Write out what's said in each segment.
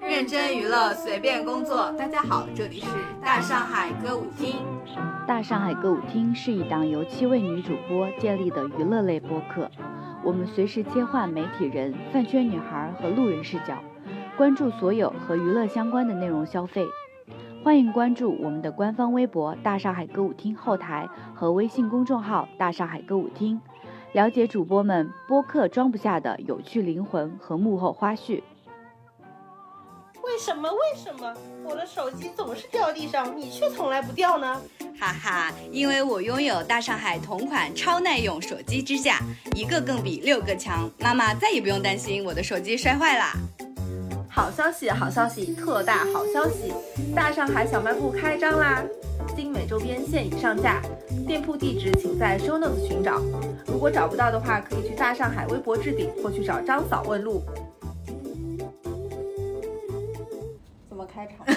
认真娱乐，随便工作。大家好，这里是大上海歌舞厅。大上海歌舞厅是一档由七位女主播建立的娱乐类播客，我们随时切换媒体人、饭圈女孩和路人视角，关注所有和娱乐相关的内容消费。欢迎关注我们的官方微博“大上海歌舞厅”后台和微信公众号“大上海歌舞厅”，了解主播们播客装不下的有趣灵魂和幕后花絮。为什么？为什么我的手机总是掉地上，你却从来不掉呢？哈哈，因为我拥有大上海同款超耐用手机支架，一个更比六个强，妈妈再也不用担心我的手机摔坏啦。好消息，好消息，特大好消息！大上海小卖部开张啦！精美周边现已上架，店铺地址请在 show notes 寻找。如果找不到的话，可以去大上海微博置顶或去找张嫂问路。怎 么开场？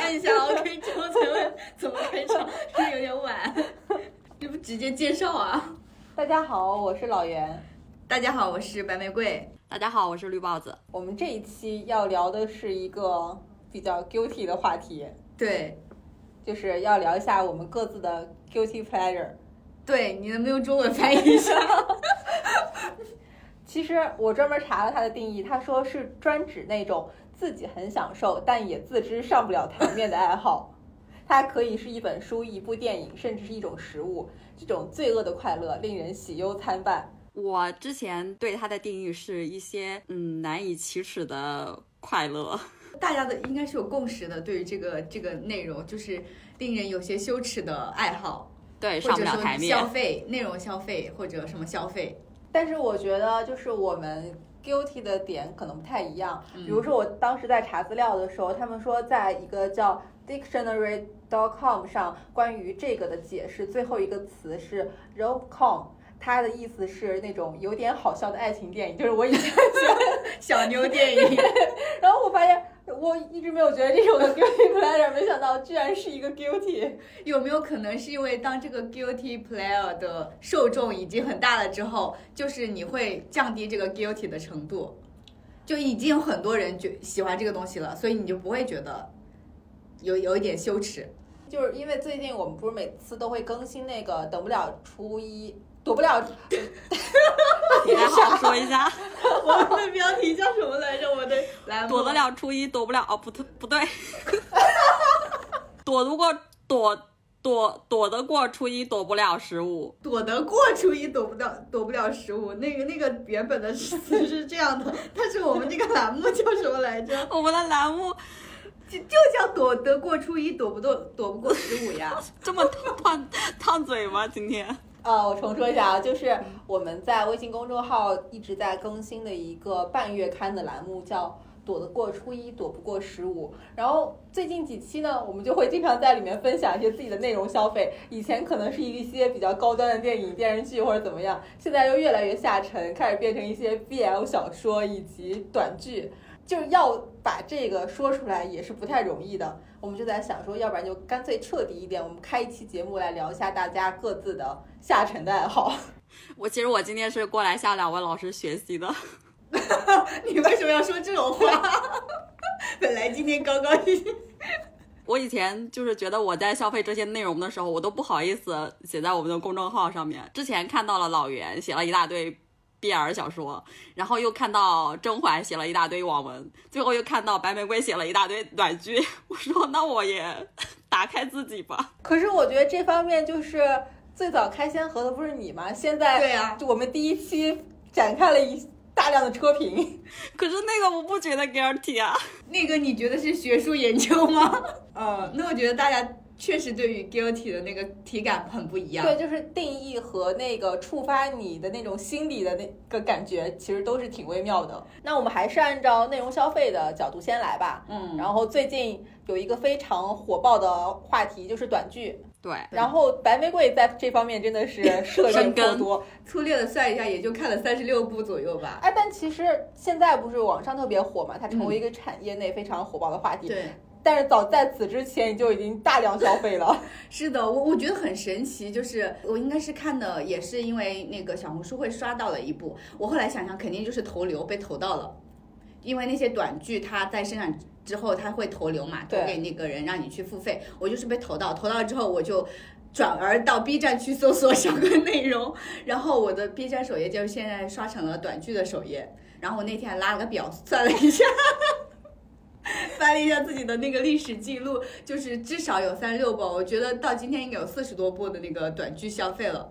按一下 OK 之后才问怎么开场，是不是有点 晚？这不直接介绍啊？大家好，我是老袁。大家好，我是白玫瑰。大家好，我是绿帽子。我们这一期要聊的是一个比较 guilty 的话题，对就是要聊一下我们各自的 guilty pleasure。对，你能不能用中文翻译一下？ 其实我专门查了它的定义，它说是专指那种自己很享受，但也自知上不了台面的爱好。 它可以是一本书、一部电影，甚至是一种食物。这种罪恶的快乐令人喜忧参半。我之前对它的定义是一些嗯难以启齿的快乐， 大家的应该是有共识的，对于这个这个内容，就是令人有些羞耻的爱好，对上或不者了说台消面。费内容消费或者什么消费。但是我觉得，就是我们 guilty 的点可能不太一样。嗯比如说，我当时在查资料的时候，他们说在一个叫 dictionary.com 上关于这个的解释，最后一个词是 rom-com。它的意思是那种有点好笑的爱情电影，就是我以前， 小妞电影，然后我发现我一直没有觉得这是我的 guilty pleasure，没想到居然是一个 guilty。有没有可能是因为当这个 guilty player 的受众已经很大了之后，就是你会降低这个 guilty 的程度，就已经有很多人觉喜欢这个东西了，所以你就不会觉得有有一点羞耻。就是因为最近我们不是每次都会更新那个等不了初一，躲不了你还好好说一 下，我们的标题叫什么来着？我的栏目躲得了初一，躲不了哦，不对不对， 躲得过躲躲躲得过初一，躲不了十五。躲得过初一，躲不了躲不了十五。那个那个原本的词是这样的，但是我们这个栏目叫什么来着？我们的栏目就就叫躲得过初一，躲不躲躲不过十五呀。这么烫烫烫嘴吗？今天 呃，我重说一下啊，就是我们在微信公众号一直在更新的一个半月刊的栏目叫。躲得过初一，躲不过十五。然后最近几期呢，我们就会经常在里面分享一些自己的内容消费。以前可能是一些比较高端的电影、电视剧或者怎么样，现在又越来越下沉，开始变成一些 BL 小说以及短剧。就是要把这个说出来也是不太容易的。我们就在想说，要不然就干脆彻底一点，我们开一期节目来聊一下大家各自的下沉的爱好。 我其实我今天是过来向两位老师学习的，你为什么要说这 种话？本来今天高高兴兴，我以前就是觉得我在消费这些内容的时候，我都不好意思写在我们的公众号上面。之前看到了老袁写了一大堆 BL 小说，然后又看到甄嬛写了一大堆网文，最后又看到白玫瑰写了一大堆短剧。 我说那我也 打开自己吧。可是我觉得这方面就是最早开先河的不是你吗？现在对啊就我们第一期展开了一大量的车评，可是那个我不觉得 guilty 啊，那个你觉得是学术研究吗？嗯，那我觉得大家确实对于 guilty 的那个体感很不一样。对，就是定义和那个触发你的那种心理的那个感觉，其实都是挺微妙的。那我们还是按照内容消费的角度先来吧。嗯，然后最近有一个非常火爆的话题就是短剧，对，然后白玫瑰在这方面真 的是涉猎深颇耕多。粗略的算一下，也就看了三十六部左右吧。嗯哎，但其实现在不是网上特别火嘛，它成为一个产业内非常火爆的话题。对，但是早在此之前，你就已经大量消费了。是的，我我觉得很神奇，就是我应该是看的，也是因为那个小红书会刷到了一部，我后来想想肯定就是投流被投到了，因为那些短剧它在生产之后，它会投流嘛，投对给那个人让你去付费，我就是被投到，投到之后我就。转而到 B 站去搜索相关内容，然后我的 B 站首页就是现在刷成了短剧的首页。然后我那天还拉了个表算了一下， 翻了一下自己的那个历史记录，就是至少有三十六部，我觉得到今天应该有四十多部的那个短剧消费了。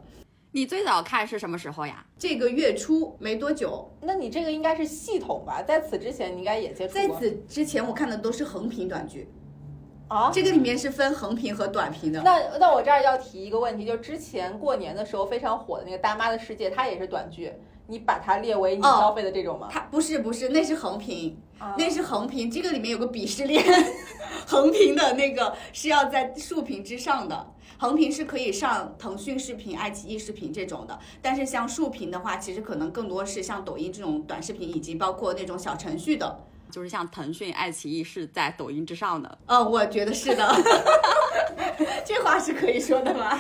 你最早看是什么时候呀？这个月初没多久，那你这个应该是系统吧？在此之前，你应该也接触在过此之前我看的都是横屏短剧，啊。这个里面是分横屏和短屏的。那那我这儿要提一个问题，就之前过年的时候非常火的那个《大妈的世界》，它也是短剧，你把它列为你哦消费的这种吗？它不是不是，那是横屏，啊那是横屏。这个里面有个鄙视链，横屏的那个是要在竖屏之上的，横屏是可以上腾讯视频、爱奇艺视频这种的。但是像竖屏的话，其实可能更多是像抖音这种短视频，以及包括那种小程序的。就是像腾讯、爱奇艺是在抖音之上的。嗯，我觉得是的， 这话是可以说的吧？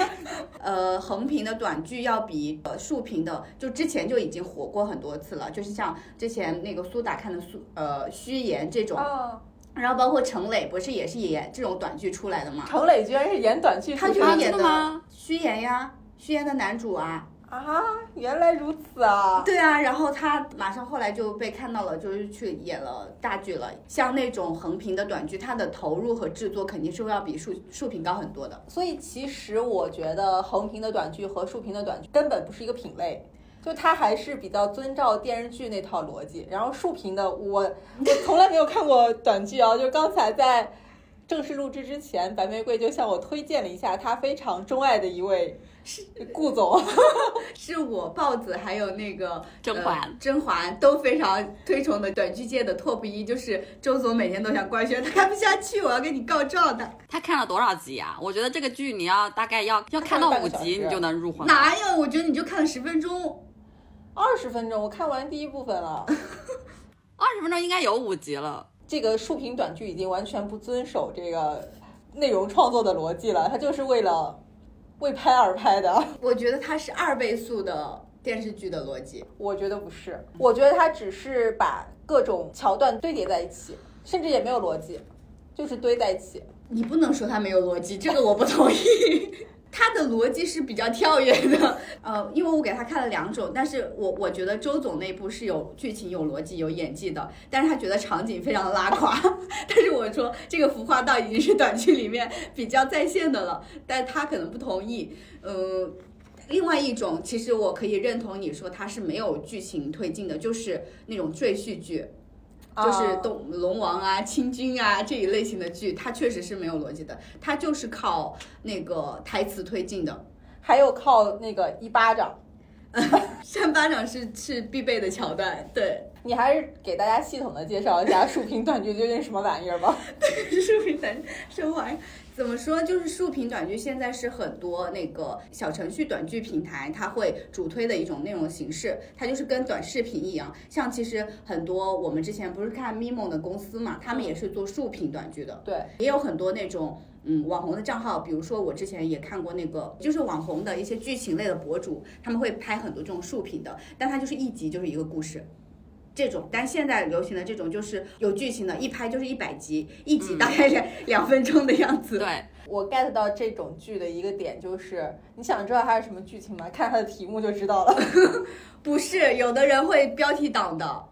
呃，横屏的短剧要比呃竖屏的，就之前就已经火过很多次了，就是像之前那个苏打看的苏呃虚言这种，啊，然后包括陈磊不是也是演这种短剧出来的吗？程磊居然是演短剧出身，他就是真演的的吗虚言呀，虚言的男主啊，啊，原来如此啊！对啊，然后他马上后来就被看到了，就是去演了大剧了。像那种横屏的短剧，它的投入和制作肯定是要比竖竖屏高很多的。所以其实我觉得横屏的短剧和竖屏的短剧根本不是一个品类。就它还是比较遵照电视剧那套逻辑，然后竖屏的我我从来没有看过短剧啊，就是刚才在正式录制之前，白玫瑰就向我推荐了一下她非常钟爱的一位顾总，是我豹子还有那个甄嬛呃甄嬛都非常推崇的短剧界的 top 一，就是周总每天都想官宣，他看不下去，我要跟你告状的。他看了多少集啊？我觉得这个剧你要大概要要看到半个五小集时你就能入魂了。哪有？我觉得你就看了十分钟，二十分钟，我看完第一部分了。二十分钟应该有五集了。这个竖屏短剧已经完全不遵守这个内容创作的逻辑了，它就是为了为拍而拍的。我觉得它是二倍速的电视剧的逻辑。我觉得不是，我觉得它只是把各种桥段堆叠在一起，甚至也没有逻辑，就是堆在一起。你不能说它没有逻辑，这个我不同意。 它的逻辑是比较跳跃的，呃，因为我给他看了两种，但是我我觉得周总那部是有剧情、有逻辑、有演技的，但是他觉得场景非常拉垮。 但是我说这个服化道已经是短剧里面比较在线的了，但他可能不同意。嗯、另外一种，其实我可以认同你说它是没有剧情推进的，就是那种赘婿剧，就是啊董龙王啊、清君啊这一类型的剧，它确实是没有逻辑的，它就是靠那个台词推进的。还有靠那个一巴掌，扇巴掌是是必备的桥段，对。你还是给大家系统的介绍一下 竖屏短剧究竟是什么玩意儿吧。 竖屏短生玩意儿怎么说？就是竖屏短剧现在是很多那个小程序短剧平台它会主推的一种内容形式，它就是跟短视频一样。像其实很多我们之前不是看 Mimo 的公司嘛，他们也是做竖屏短剧的，对，也有很多那种。嗯，网红的账号，比如说我之前也看过那个，就是网红的一些剧情类的博主，他们会拍很多这种竖屏的，但它就是一集就是一个故事，这种，但现在流行的这种就是有剧情的，一拍就是一百集，一集大概两、两分钟的样子。嗯对，我 get 到这种剧的一个点就是，你想知道它是什么剧情吗？看它的题目就知道了。 不是有的人会标题党的，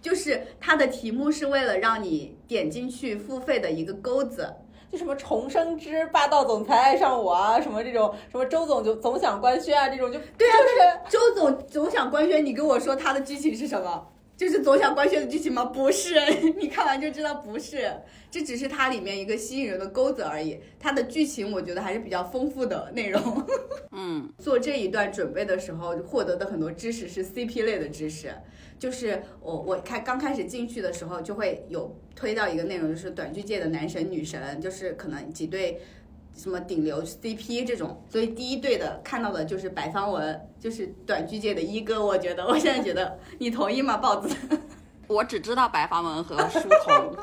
就是它的题目是为了让你点进去付费的一个钩子。就什么重生之霸道总裁爱上我啊，什么这种，什么周总就总想官宣啊，这种就对啊，就是周总总想官宣，你跟我说他的剧情是什么？就是总想官宣的剧情吗？不是， 你看完就知道不是，这只是它里面一个吸引人的钩子而已。它的剧情我觉得还是比较丰富的内容。嗯， 做这一段准备的时候，获得的很多知识是 CP 类的知识，就是我我开刚开始进去的时候，就会有推到一个内容，就是短剧界的男神女神，就是可能几对什么顶流 CP 这种。所以第一对的看到的就是白方文，就是短剧界的一哥。我觉得我现在觉得你同意吗，豹子？我只知道白发文和书童。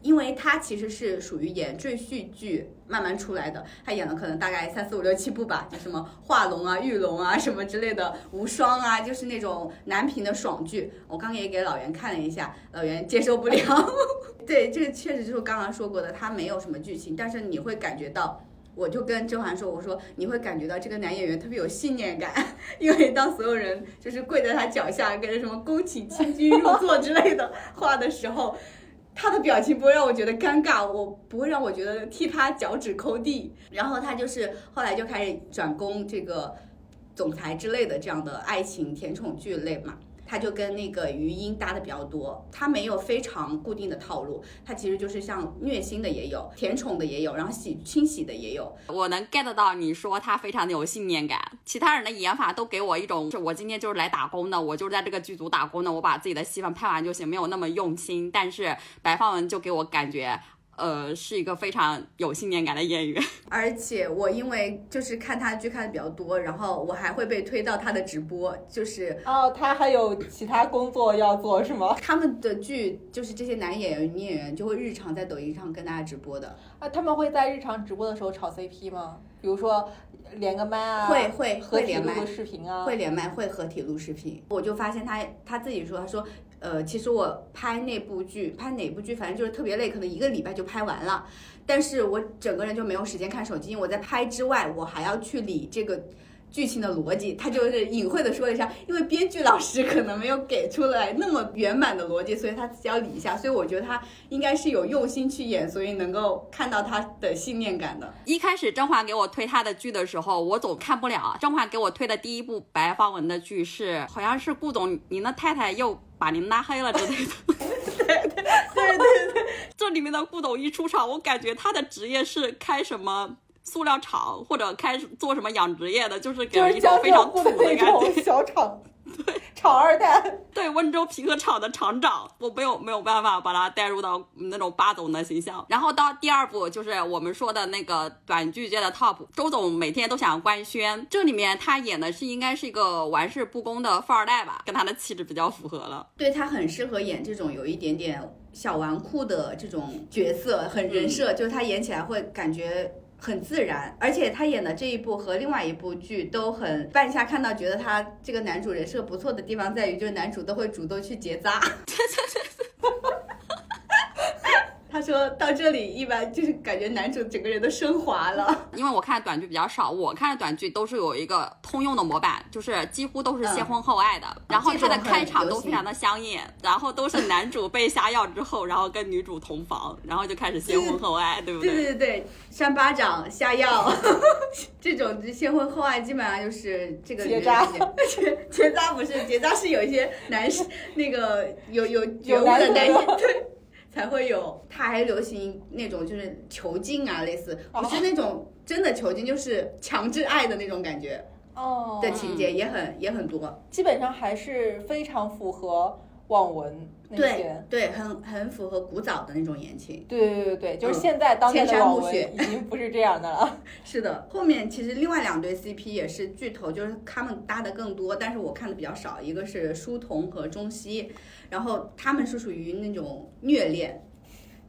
因为他其实是属于演赘婿剧慢慢出来的，他演了可能大概三四五六七部吧，就什么画龙啊、玉龙啊什么之类的，无双啊，就是那种男频的爽剧。我刚也给老袁看了一下，老袁接受不了。 对，这个确实就是刚刚说过的，他没有什么剧情，但是你会感觉到。我就跟甄嬛说，我说你会感觉到这个男演员特别有信念感，因为当所有人就是跪在他脚下，跟着什么恭请清君入座之类的话的时候，他的表情不会让我觉得尴尬，我不会让我觉得替他脚趾抠地。然后他就是后来就开始转攻这个总裁之类的这样的爱情甜宠剧类嘛。他就跟那个余音搭的比较多，他没有非常固定的套路，他其实就是像虐心的也有，甜宠的也有，然后喜清洗的也有。我能 get 到你说他非常的有信念感，其他人的演法都给我一种，是我今天就是来打工的，我就是在这个剧组打工的，我把自己的戏份拍完就行，没有那么用心。但是白放文就给我感觉，呃，是一个非常有信念感的演员。而且我因为就是看他的剧看的比较多，然后我还会被推到他的直播，就是哦，他还有其他工作要做是吗？他们的剧就是这些男演员、女演员就会日常在抖音上跟大家直播的，啊，他们会在日常直播的时候炒 CP 吗？比如说连个麦啊，会会合会体连录麦个，视频啊，会连麦，会合体录视频。我就发现他他自己说，他说，呃，其实我拍那部剧，拍哪部剧，反正就是特别累，可能一个礼拜就拍完了，但是我整个人就没有时间看手机，因为我在拍之外，我还要去理这个。剧情的逻辑，他就是隐晦的说了一下，因为编剧老师可能没有给出来那么圆满的逻辑，所以他自己要理一下。所以我觉得他应该是有用心去演，所以能够看到他的信念感的。一开始甄嬛给我推她的剧的时候，我总看不了。甄嬛给我推的第一部白方文的剧是，好像是顾总您的太太又把您拉黑了之类的。对对 对对，这里面的顾总一出场，我感觉他的职业是开什么塑料厂或者开做什么养殖业的，就是给就人一是种江非浙常沪土的的那感觉。种小 厂，厂二代，对温州皮革厂的厂长，我没有没有办法把他带入到那种霸总的形象。然后到第二部就是我们说的那个短剧界的 top，周总每天都想官宣，这里面他演的是应该是一个玩世不恭的富二代吧，跟他的气质比较符合了。对他很适合演这种有一点点小纨绔的这种角色，很人设，就是他演起来会感觉。很自然，而且他演的这一部和另外一部剧都很，半夏看到觉得他这个男主人设不错的地方在于，就是男主都会主动去结扎。他说到这里，一般就是感觉男主整个人都升华了。因为我看短剧比较少，我看的短剧都是有一个通用的模板，就是几乎都是先婚后爱的。然后他的开场都非常的香艳，然后都是男主被下药之后，然后跟女主同房，然后就开始先婚后爱，对不对对对，扇巴掌、下药， 这种就先婚后爱，基本上就是这个结扎女人结扎不是结扎，是有一些男士 那个有有觉悟的男男人人 对才会有。他还流行那种就是囚禁啊，类似哦不是那种真的囚禁，就是强制爱的那种感觉哦的情节也很也很多。基本上还是非常符合网文那对些。对，很很符合古早的那种言情。对对对对，就是嗯现在当代千的山网暮文雪已经不是这样的了。是的，后面其实另外两对 CP 也是巨头，就是他们搭的更多，但是我看的比较少。一个是书童和中西，然后他们是属于那种虐恋，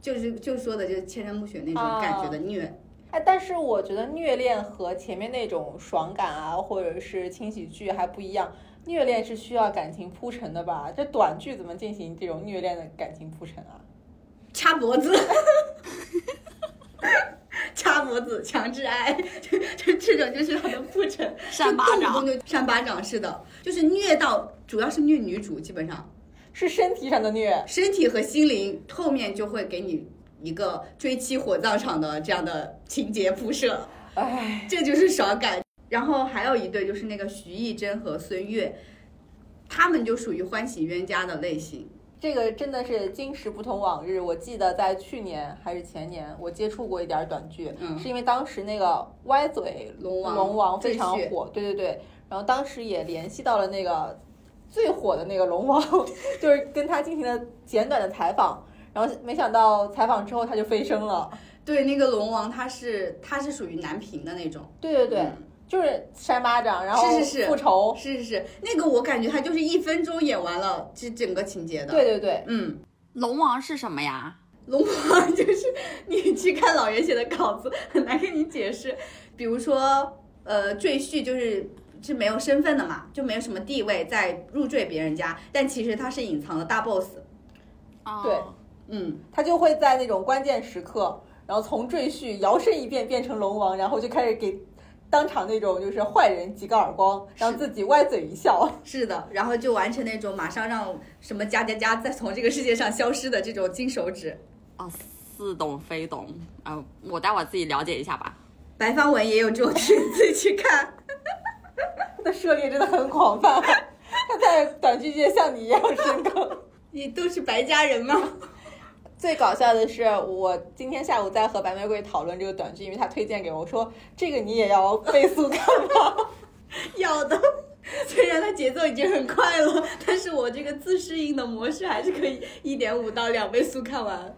就是就说的就是千山暮雪那种感觉哦的虐。哎，但是我觉得虐恋和前面那种爽感啊，或者是轻喜剧还不一样。虐恋是需要感情铺陈的吧？这短剧怎么进行这种虐恋的感情铺陈啊？掐脖子，掐脖子，强制爱，这这这种就是他的铺陈，扇巴掌就动不动就扇巴掌，是的，就是虐到，主要是虐女主，基本上。是身体上的虐，身体和心灵后面就会给你一个追妻火葬场的这样的情节铺设，哎，这就是爽感。然后还有一对就是那个徐艺珍和孙悦，他们就属于欢喜冤家的类型。这个真的是今时不同往日。我记得在去年还是前年，我接触过一点儿短剧，嗯是因为当时那个歪嘴龙王龙王非常赘婿火，对对对，然后当时也联系到了那个最火的那个龙王， 就是跟他进行了简短的采访，然后没想到采访之后他就飞升了，对，那个龙王他是他是属于男频的那种，对对对，嗯就是扇巴掌，然后是是是复仇，是是是，那个我感觉他就是一分钟演完了这整个情节的。对，对对，嗯，龙王是什么呀？龙婆 就是你去看老袁写的稿子，很难跟你解释。比如说，呃，赘婿就是是没有身份的嘛，就没有什么地位，在入赘别人家，但其实他是隐藏的大 boss。对嗯，他就会在那种关键时刻，然后从赘婿摇身一变变成龙王，然后就开始给当场那种就是坏人几个耳光，让自己歪嘴一笑。是的，然后就完成那种马上让什么加加加再从这个世界上消失的这种金手指。啊，似懂非懂啊、我待会儿自己了解一下吧。白方文也有这种剧， 自己去看。他的涉猎真的很广 泛，他在短剧界像你一样深耕。你都是白家人吗？最搞笑的是，我今天下午在和白玫瑰讨论这个短剧，因为他推荐给我，我说这个你也要倍速看吗？要的， 虽然它节奏已经很快了，但是我这个自适应的模式还是可以一点五到两倍速看完。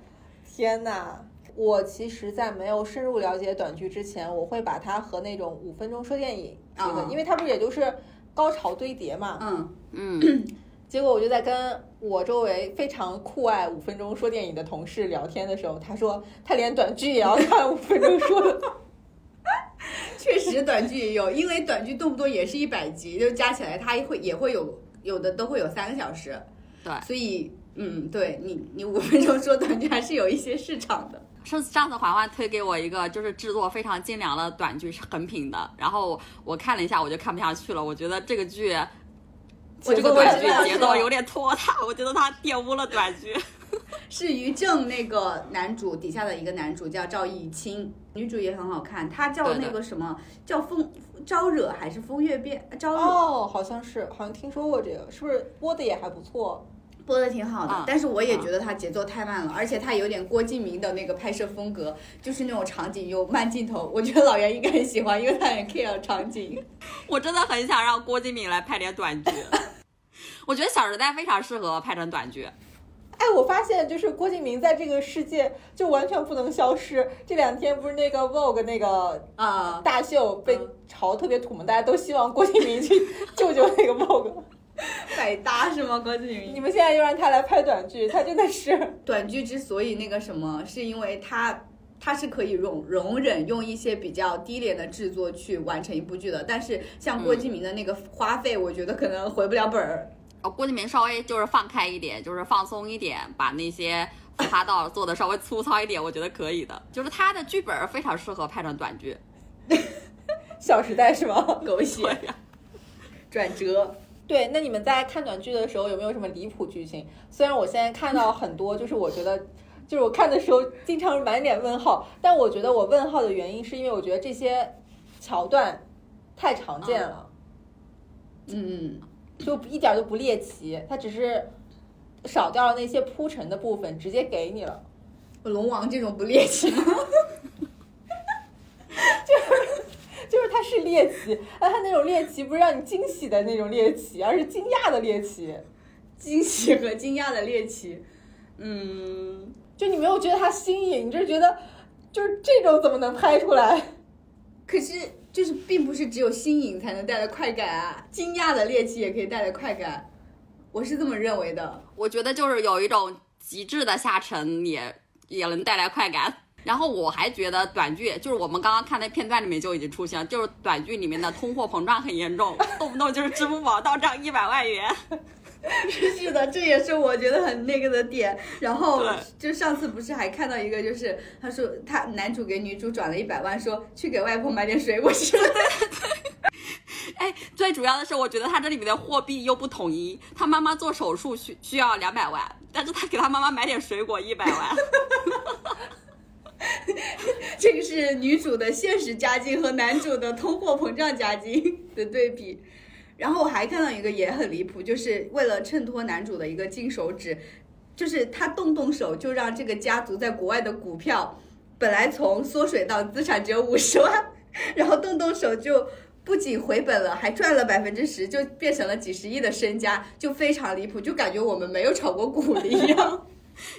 天呐！我其实，在没有深入了解短剧之前，我会把它和那种五分钟说电影这个，啊因为它不是也就是高潮堆叠嘛。嗯，嗯，结果我就在跟我周围非常酷爱五分钟说电影的同事聊天的时候，他说他连短剧也要看五分钟说 的。确实短剧也有，因为短剧动不动也是一百集，就加起来它会也会有有的都会有三个小时。对所以嗯，对你你五分钟说短剧还是有一些市场的。上次上次环环推给我一个就是制作非常精良的短剧，是横屏的，然后我看了一下，我就看不下去了。我觉得这个剧，我节这个奏太短剧慢节了奏有点拖沓，我觉得它玷污了短剧。 是于正那个男主底下的一个男主叫赵艺清，女主也很好看，她叫对的那个什么叫风招惹还是风月变招惹？哦，好像是，好像听说过这个，是不是播的也还不错？播的挺好的，啊但是我也觉得它节奏太慢了，而且它有点郭敬明的那个拍摄风格，就是那种场景有慢镜头，我觉得老袁应该很喜欢，因为他很 care 场景。我真的很想让郭敬明来拍点短剧。 我觉得《小时代》非常适合拍成短剧，哎，我发现就是郭敬明在这个世界就完全不能消失。这两天不是那个 Vogue 那个啊、大秀被嗯炒得特别土嘛，大家都希望郭敬明去救救那个 Vogue。 百搭是吗？郭敬明你们现在又让他来拍短剧，他真的是短剧之所以那个什么，是因为它它是可以容容忍用一些比较低廉的制作去完成一部剧的，但是像郭敬明的那个花费，我觉得可能回不了本儿。哦，郭敬明稍微就是放开一点，就是放松一点，把那些浮夸道做的稍微粗糙一点，我觉得可以的。就是他的剧本非常适合拍成短剧。 《小时代》是吗？狗血对呀转折，对，那你们在看短剧的时候有没有什么离谱剧情？虽然我现在看到很多，就是我觉得，就是我看的时候经常满脸问号，但我觉得我问号的原因是因为我觉得这些桥段太常见了，啊嗯，就一点都不猎奇，它只是少掉了那些铺陈的部分，直接给你了。 龙王这种不猎奇 吗？就是它是猎奇，但它那种猎奇不是让你惊喜的那种猎奇，而是惊讶的猎奇。惊喜和惊讶的猎奇。嗯，就你没有觉得它新颖，你就是觉得就是这种怎么能拍出来？ 可是就是并不是只有新颖才能带来快感啊，惊讶的猎奇也可以带来快感，我是这么认为的。我觉得就是有一种极致的下沉也也能带来快感。然后我还觉得短剧，就是我们刚刚看那片段里面就已经出现了，就是短剧里面的通货膨胀很严重，动不动就是支付宝到账一百万元。是的，这也是我觉得很那个的点。然后对就上次不是还看到一个，就是他说他男主给女主转了一百万，说去给外婆买点水果吃。哎，最主要的是，我觉得他这里面的货币又不统一。他妈妈做手术需需要两百万，但是他给他妈妈买点水果一百万。 这个是女主的现实家境和男主的通货膨胀家境的对比。然后我还看到一个也很离谱，就是为了衬托男主的一个金手指，就是他动动手就让这个家族在国外的股票本来从缩水到资产只有五十万，然后动动手就不仅回本了，还赚了百分之十，就变成了几十亿的身家，就非常离谱，就感觉我们没有炒过股的一样。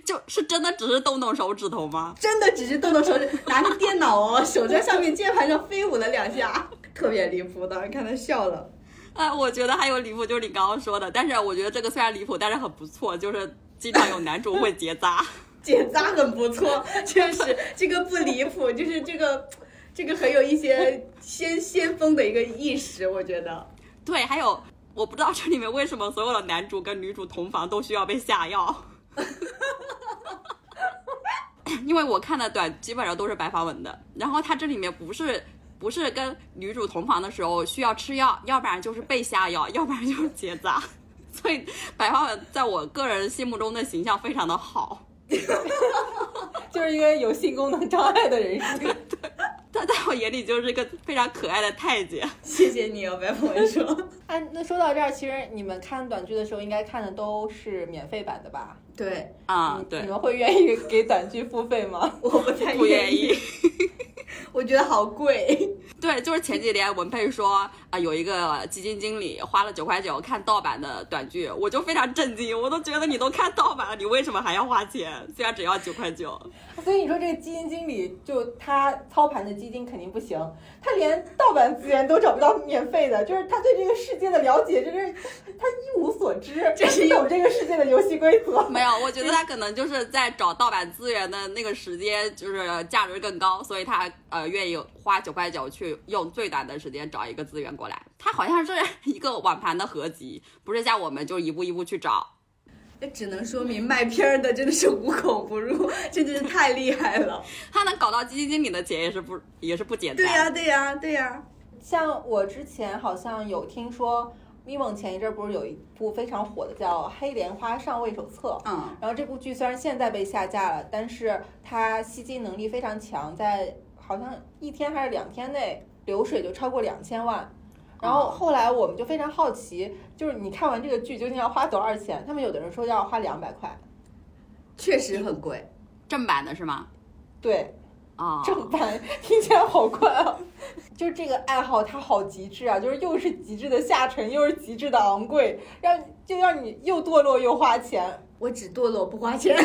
就是真的只是动动手指头吗？真的只是动动手指，拿着电脑哦，手在上面键盘上飞舞了两下， 特别离谱的，看他笑了。哎，我觉得还有离谱，就是你刚刚说的。但是我觉得这个虽然离谱，但是很不错，就是经常有男主会结扎。结扎很不错， 确实这个不离谱，就是这个这个很有一些先先锋的一个意识，我觉得。对，还有我不知道这里面为什么所有的男主跟女主同房都需要被下药， 因为我看的短基本上都是白发文的，然后他这里面不是。不是跟女主同房的时候需要吃药，要不然就是被下药，要不然就是结扎。所以白发文在我个人心目中的形象非常的好，就是因为有性功能障碍的人士。他在我眼里就是一个非常可爱的太监。谢谢你，白文说。 哎，那说到这儿，其实你们看短剧的时候，应该看的都是免费版的吧？ 对，啊、你你对，们会愿意给短剧付费吗？ 我不 太不愿意，意。我觉得好贵。对，就是前几年文佩说啊、有一个基金经理花了九块九看盗版的短剧，我就非常震惊，我都觉得你都看盗版了，你为什么还要花钱？虽然只要九块九，所以你说这个基金经理，就他操盘的基金肯定不行，他连盗版资源都找不到免费的，就是他对这个世界的了解，就是他一无所知，这是不一懂这个世界的游戏规则。没有，我觉得他可能就是在找盗版资源的那个时间，就是价值更高，所以他呃愿意花九块九去用最短的时间找一个资源过来。他好像是 一个网盘的合集，不是像我们就一步一步去找。 这只能说明卖片儿的真的是无孔不入，这真是太厉害了。他能搞到基金经理的钱也是不也是不简单。 对呀、对呀、对呀、像我之前好像有听说，咪蒙前一阵儿不是有一部非常火的叫《黑莲花上位手册》，嗯，然后这部剧虽然现在被下架了，但是它吸金能力非常强，在好像一天还是两天内流水就超过两千万。然后后来我们就非常好奇，就是你看完这个剧究竟要花多少钱？他们有的人说要花两百块，确实很贵。正版的是吗？对，啊、正版听起来好快啊！ 就是这个爱好它好极致啊，就是又是极致的下沉，又是极致的昂贵，让就让你又堕落又花钱，我只堕落不花钱。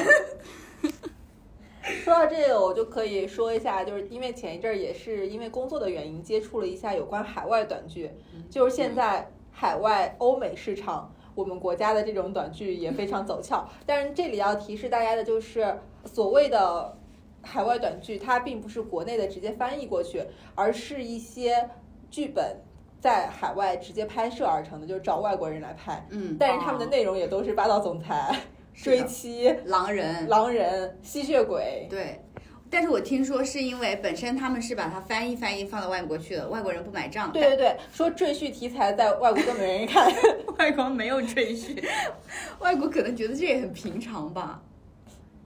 说到这个，我就可以说一下，就是因为前一阵儿也是因为工作的原因，接触了一下有关海外短剧，就是现在海外欧美市场。我们国家的这种短剧也非常走俏，但是这里要提示大家的就是，所谓的海外短剧，它并不是国内的直接翻译过去，而是一些剧本在海外直接拍摄而成的，就是找外国人来拍， 嗯，但是他们的内容也都是霸道总裁、 追妻、狼人。狼人、吸血鬼，对，但是我听说是因为本身他们是把它翻译翻译放到外国去了，外国人不买账。对对对，说赘婿题材在外国都没人看， 但外国没有赘婿， 外国可能觉得这也很平常吧。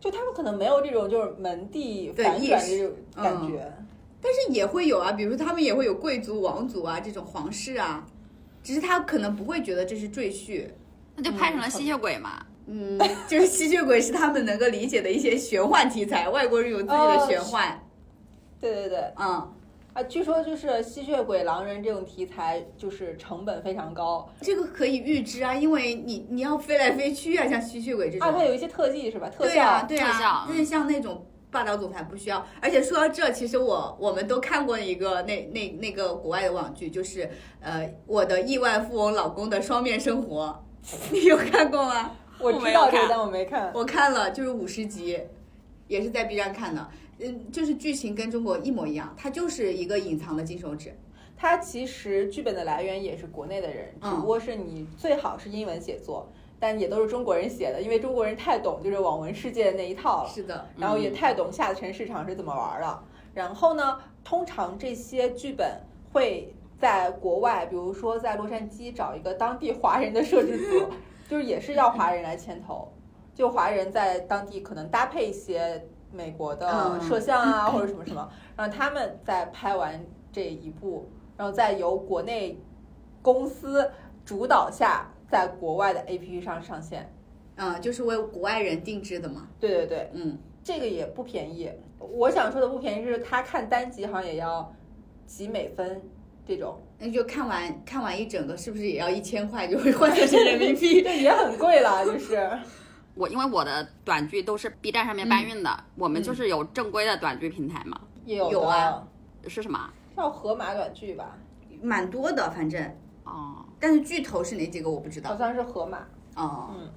就他们可能没有这种就是门第对反意转识嗯这种感觉。但是也会有啊，比如说他们也会有贵族、王族啊这种皇室啊，只是他可能不会觉得这是赘婿。那就拍成了吸血鬼嘛。嗯，就是吸血鬼是他们能够理解的一些玄幻题材，外国人有自己的玄幻，对对对，嗯，啊，据说就是吸血鬼、狼人这种题材，就是成本非常高嗯这个可以预知啊，因为你你要飞来飞去啊，像吸血鬼这种，啊，它有一些特技是吧？特对效。啊对特啊效，但是像那种霸道总裁不需要。而且说到这，其实我我们都看过一个那那那个国外的网剧，就是呃我的亿万富翁老公的双面生活， 你有看过吗？我我知没道这有个，看但我没看。我看了，就是五十集，也是在 B 站看的。嗯，就是剧情跟中国一模一样，它就是一个隐藏的金手指。它其实剧本的来源也是国内的人，只嗯不过是你最好是英文写作，但也都是中国人写的，因为中国人太懂就是网文世界的那一套了。是的，然后也太懂下沉市场是怎么玩儿了。然后呢，通常这些剧本会在国外，比如说在洛杉矶找一个当地华人的摄制组，就是也是要华人来牵头，就华人在当地可能搭配一些美国的嗯摄像啊、或者什么什么，让他们再拍完这一部，然后再由国内公司主导下，在国外的 APP 上上线。嗯，就是为国外人定制的嘛。对对对，嗯，这个也不便宜。我想说的不便宜是，他看单集好像也要几美分这种，那就看完看完一整个，是不是也要一千块就会换算成人民币？ 这也很贵了，就是。我因为我的短剧都是 B 站上面嗯搬运的，我们就是有正规的短剧平台嘛，也 有的有啊，是什么啊？叫河马短剧吧，蛮多的，反正。哦，但是巨头是哪几个我不知好道。像是河马。哦，嗯，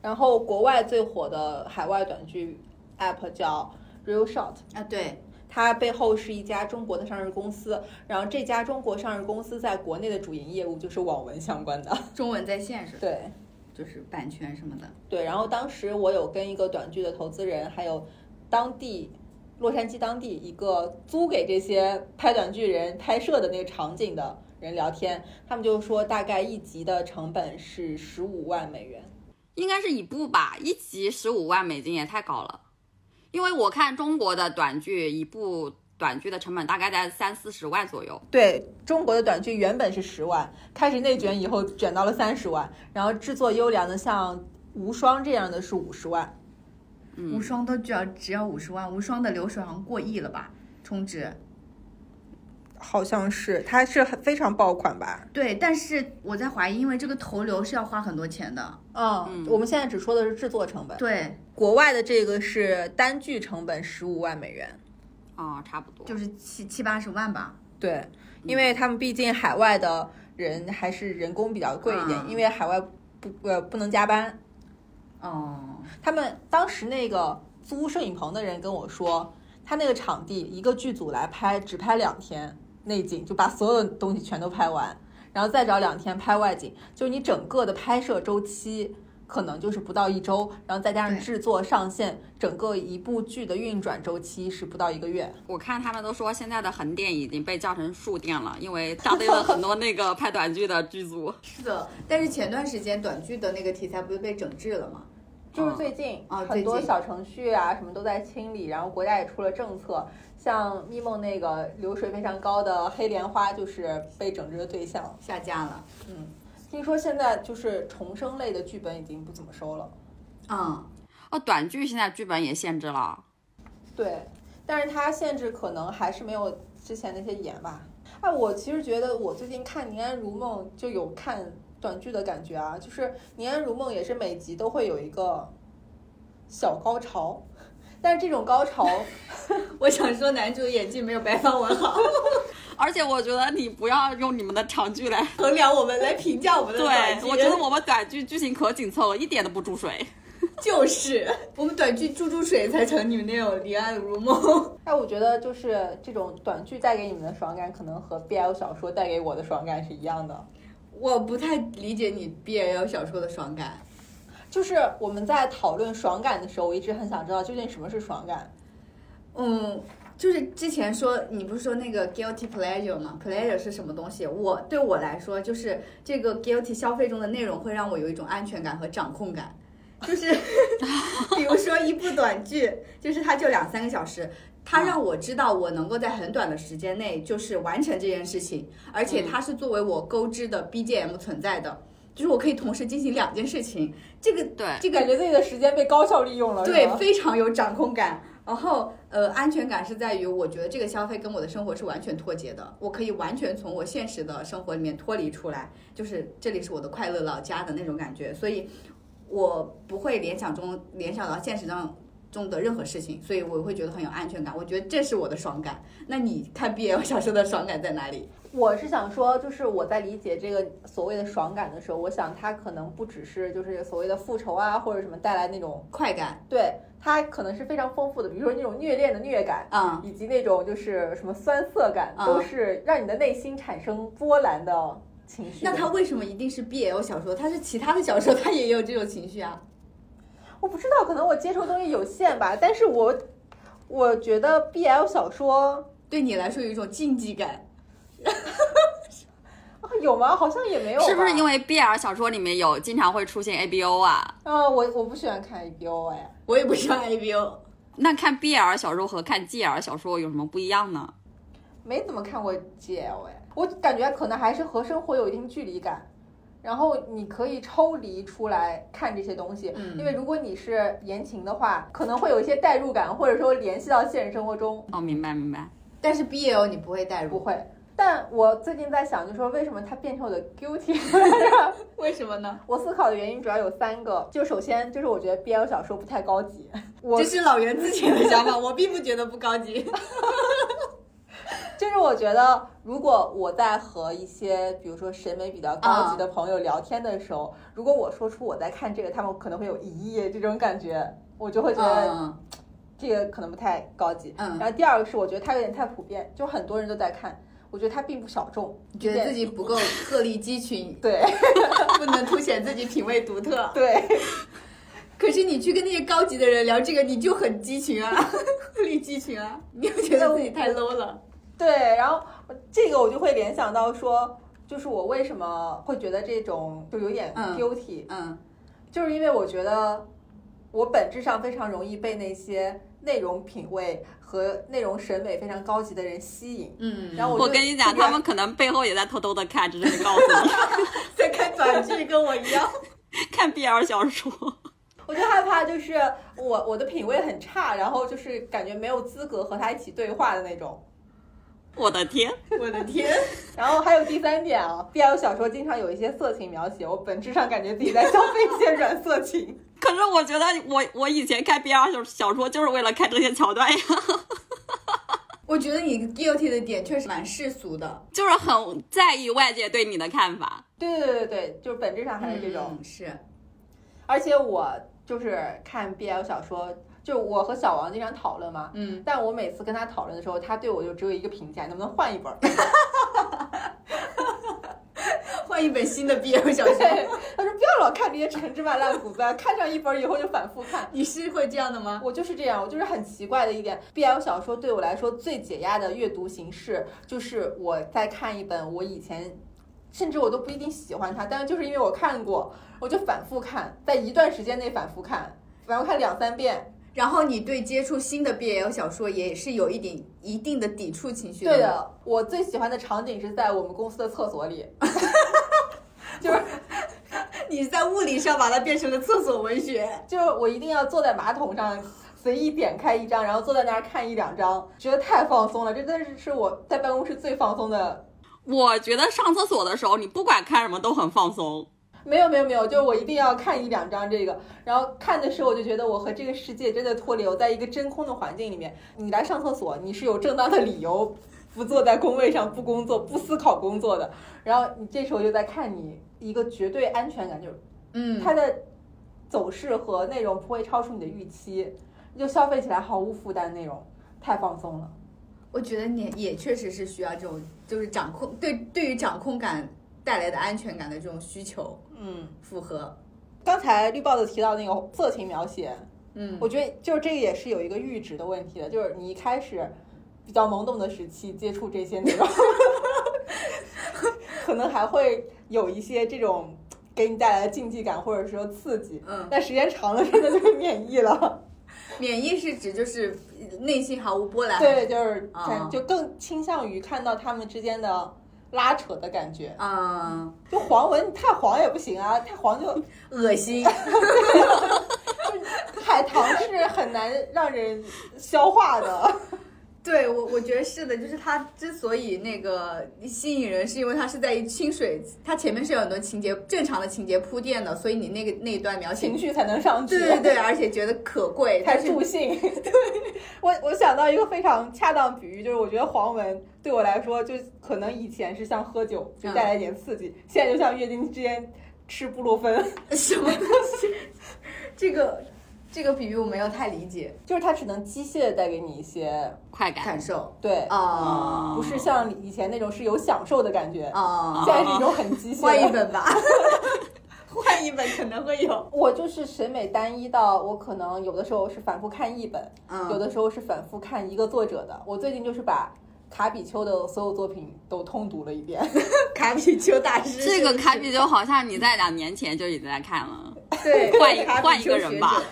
然后国外最火的海外短剧 app 叫 Real Shot，啊，对，它背后是一家中国的上市公司，然后这家中国上市公司在国内的主营业务就是网文相关的。 中文在线是吧，对就是版权什么的。对，然后当时我有跟一个短剧的投资人，还有当地洛杉矶当地一个租给这些拍短剧人拍摄的那个场景的人聊天，他们就说大概一集的成本是十五万美元。应该是一部吧，一集十五万美金也太高了。因为我看中国的短剧，一部短剧的成本大概在三四十万左右。对中国的短剧原本是十万，开始内卷以后卷到了三十万，然后制作优良的像《无双》这样的是五十万。嗯无，双都只要只要五十万，无双的流水好像过亿了吧？充值好像是，它是很非常爆款吧？对，但是我在怀疑，因为这个投流是要花很多钱的。嗯，嗯我们现在只说的是制作成本，对，国外的这个是单剧成本十五万美元。哦，差不多。就是七七八十万吧。对，因为他们毕竟海外的人还是人工比较贵一点，嗯因为海外不呃不能加班，哦，他们当时那个租摄影棚的人跟我说，他那个场地一个剧组来拍，只拍两天内景，就把所有的东西全都拍完，然后再找两天拍外景，就是你整个的拍摄周期。可能就是不到一周，然后再加上对制作上线，整个一部剧的运转周期是不到一个月。我看他们都说现在的横店已经被叫成竖店了，因为扎堆了很多那个 拍短剧的剧组。是的，但是前段时间短剧的那个题材不是被整治了吗？就是最近啊很多最近小程序啊什么都在清理，然后国家也出了政策，像咪蒙那个流水非常高的黑莲花就是被整治的对象。下架了。嗯，听说现在就是重生类的剧本已经不怎么收了。嗯， 哦，短剧现在剧本也限制了。对，但是它限制可能还是没有之前那些严吧。哎，我其实觉得我最近看《宁安如梦》就有看短剧的感觉啊，就是《宁安如梦》也是每集都会有一个小高潮，但是这种高潮我想说男主演技没有白方文好， 而且我觉得你不要用你们的长剧来，衡量我们来评价我们的对短剧。我觉得我们短剧剧情可紧凑了，一点都不注水。就是我们短剧注注水才成你们那种离岸如梦。哎，我觉得就是这种短剧带给你们的爽感，可能和 BL 小说带给我的爽感是一样的。我不太理解你 BL 小说的爽感。就是我们在讨论爽感的时候，我一直很想知道究竟什么是爽感。嗯，就是之前说你不是说那个 guilty pleasure 吗？pleasure 是什么东西？我对我来说，就是这个 guilty 消费中的内容会让我有一种安全感和掌控感。就是， 比如说一部短剧，就是它就两三个小时，它让我知道我能够在很短的时间内就是完成这件事情，而且它是作为我钩织的 BGM 存在的，就是我可以同时进行两件事情。这个对，这个感觉自己的时间被高效利用了，是对，吗非常有掌控感。然后，呃，安全感是在于，我觉得这个消费跟我的生活是完全脱节的，我可以完全从我现实的生活里面脱离出来，就是这里是我的快乐老家的那种感觉，所以我不会联想中联想到现实当中的任何事情，所以我会觉得很有安全感。我觉得这是我的爽感。那你看 BL 小说的爽感在哪里？我是想说，就是我在理解这个所谓的爽感的时候，我想它可能不只是就是所谓的复仇啊，或者什么带来那种，快感，对，它可能是非常丰富的，比如说那种虐恋的虐感。啊嗯，以及那种就是什么酸涩感，啊都是让你的内心产生波澜的情绪的。那它为什么一定是 BL 小说？它是其他的小说，它也有这种情绪啊？我不知道，可能我接触的东西有限吧，但是我我觉得 BL 小说、对你来说有一种禁忌感。啊、有吗？好像也没有吧，是不是因为 BL 小说里面有经常会出现 ABO 啊？啊？我我不喜欢看 ABO 哎，我也不喜欢 ABO，那看 BL 小说和看 GL 小说有什么不一样呢？没怎么看过 GL 哎，我感觉可能还是和生活有一定距离感。然后你可以抽离出来看这些东西，嗯因为如果你是言情的话，可能会有一些代入感，或者说联系到现实生活中。哦，明白明白。但是 BL 你不会代不入，会。但我最近在想，就说为什么它变成我的 guilty？ 为什么呢？我思考的原因主要有三个，就首先就是我觉得 BL 小说不太高级，我 这是老袁自己的想法，我并不觉得不高级。就是我觉得，如果我在和一些比如说审美比较高嗯级的朋友聊天的时候，如果我说出我在看这个，他们可能会有疑义这种感觉，我就会觉得嗯这个可能不太高级。嗯然后第二个是，我觉得它有点太普遍，就很多人都在看，我觉得它并不小众。你觉得自己不够鹤立鸡群，对 不能凸显自己品味独特。对，可是你去跟那些高级的人聊这个，你就很鸡群啊，鹤立鸡群啊，你又觉得自己太 low 了。对，然后这个我就会联想到说，就是我为什么会觉得这种就有点嗯 guilty，、嗯就是因为我觉得我本质上非常容易被那些内容品味和内容审美非常高级的人吸引，嗯，然后我就跟你讲，特别 他们可能背后也在偷偷的看，只是没告诉你。 在看短剧跟我一样。看 BL 小说，我就害怕就是我我的品味很差，然后就是感觉没有资格和他一起对话的那种。我的天！我的天，然后还有第三点啊，BL 小说经常有一些色情描写，我本质上感觉自己在消费一些软色情。可是我觉得我我以前看 BL 小小说就是为了看这些桥段呀，我觉得你 guilty 的点确实蛮世俗的，就是很在意外界对你的看法。对对对对对，就是本质上还是这种。嗯是，而且我就是看 BL 小说，就是我和小王经常讨论嘛，嗯，但我每次跟他讨论的时候，他对我就只有一个评价，能不能换一本儿？ 换一本新的 BL 小说， 对，他说不要老看这些陈芝麻烂谷子，啊看上一本儿以后就反复看。你是会这样的吗？我就是这样，我就是很奇怪的一点。BL 小说对我来说最解压的阅读形式，就是我在看一本我以前，甚至我都不一定喜欢它，但是就是因为我看过，我就反复看，在一段时间内反复看，反复看两三遍。然后你对接触新的 BL 小说也是有一点一定的抵触情绪对的吗，的，我最喜欢的场景是在我们公司的厕所里， 就是 你在物理上把它变成了厕所文学。就是我一定要坐在马桶上，随意点开一张，然后坐在那儿看一两张，觉得太放松了。这真是是我在办公室最放松的。我觉得上厕所的时候，你不管看什么都很放松。没有没有没有，就是我一定要看一两张这个，然后看的时候我就觉得我和这个世界真的脱离，我在一个真空的环境里面。你来上厕所，你是有正当的理由，不坐在工位上不工作不思考工作的。然后你这时候就在看你一个绝对安全感，就是嗯它的走势和内容不会超出你的预期，你就消费起来毫无负担，内容太放松了。我觉得你也确实是需要这种，就是掌控对对于掌控感带来的安全感的这种需求嗯，符合。刚才绿豹子提到那个色情描写，嗯，我觉得就是这个也是有一个阈值的问题的，就是你一开始比较懵懂的时期接触这些内容， 可能还会有一些这种给你带来的竞技感或者说刺激，嗯，但时间长了真的就会免疫了。免疫是指就是内心毫无波澜。对，就是啊感就更倾向于看到他们之间的拉扯的感觉。啊、就黄文太黄也不行啊，太黄就恶心。海棠是很难让人消化的。对我，我觉得是的，就是它之所以那个吸引人，是因为它是在于清水，它前面是有很多情节正常的情节铺垫的，所以你那个那一段描写情，绪才能上去。对对对，而且觉得可贵，太但是助兴。 对我，我想到一个非常恰当比喻，就是我觉得黄文对我来说，就可能以前是像喝酒，嗯就带来一点刺激，现在就像月经之间吃布洛芬， 什么东西？这个这个比喻我没有太理解就是它只能机械的带给你一些快感感受对，啊不是像以前那种是有享受的感觉，啊现，在是一种很机械的。换一本吧， 换一本可能会有。 我就是审美单一到我可能有的时候是反复看一本，有嗯，的时候是反复看一个作者的。我最近就是把卡比丘的所有作品都通读了一遍。 卡比丘大师这个是不是卡比就好像你在两年前就已经在看了， 对换一卡比丘换一个人吧学者。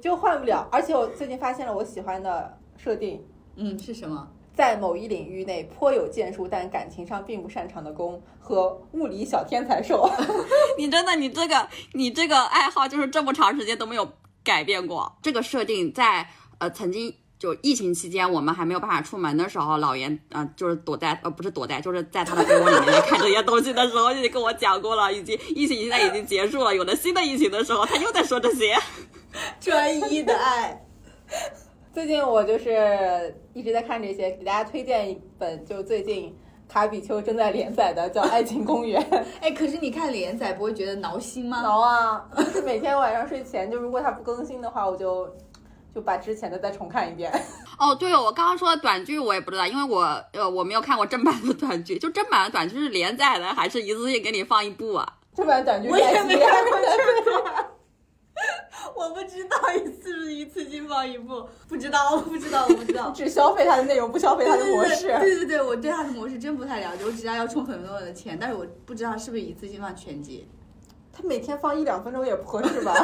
就换不了。而且我最近发现了我喜欢的设定，嗯，是什么？在某一领域内颇有建树，但感情上并不擅长的攻和物理小天才兽。 你真的，你这个，你这个爱好就是这么长时间都没有改变过。这个设定在呃曾经就疫情期间，我们还没有办法出门的时候，老袁呃就是躲在呃不是躲在，就是在他的被窝里面看这些东西的时候，就跟我讲过了。已经疫情现在已经结束了，有了新的疫情的时候，他又在说这些。专一的爱，最近我就是一直在看这些，给大家推荐一本，就最近卡比丘正在连载的，叫《爱情公园》。哎，可是你看连载不会觉得挠心吗？挠啊！ 就是每天晚上睡前，就如果它不更新的话，我就就把之前的再重看一遍。 哦，对哦，我刚刚说的短剧我也不知道，因为我呃我没有看过正版的短剧，就正版的短剧是连载的，还是一次性给你放一部啊？这版短剧我也在没写看过这个。我不知道一次一次性放一部，不知道，我不知道，我不知 道。 只消费它的内容，不消费它的模式。对对对对，我对它的模式真不太了解，我只知道要充很多的钱，但是我不知道是不是一次性放全集。它每天放一两分钟也不合适吧？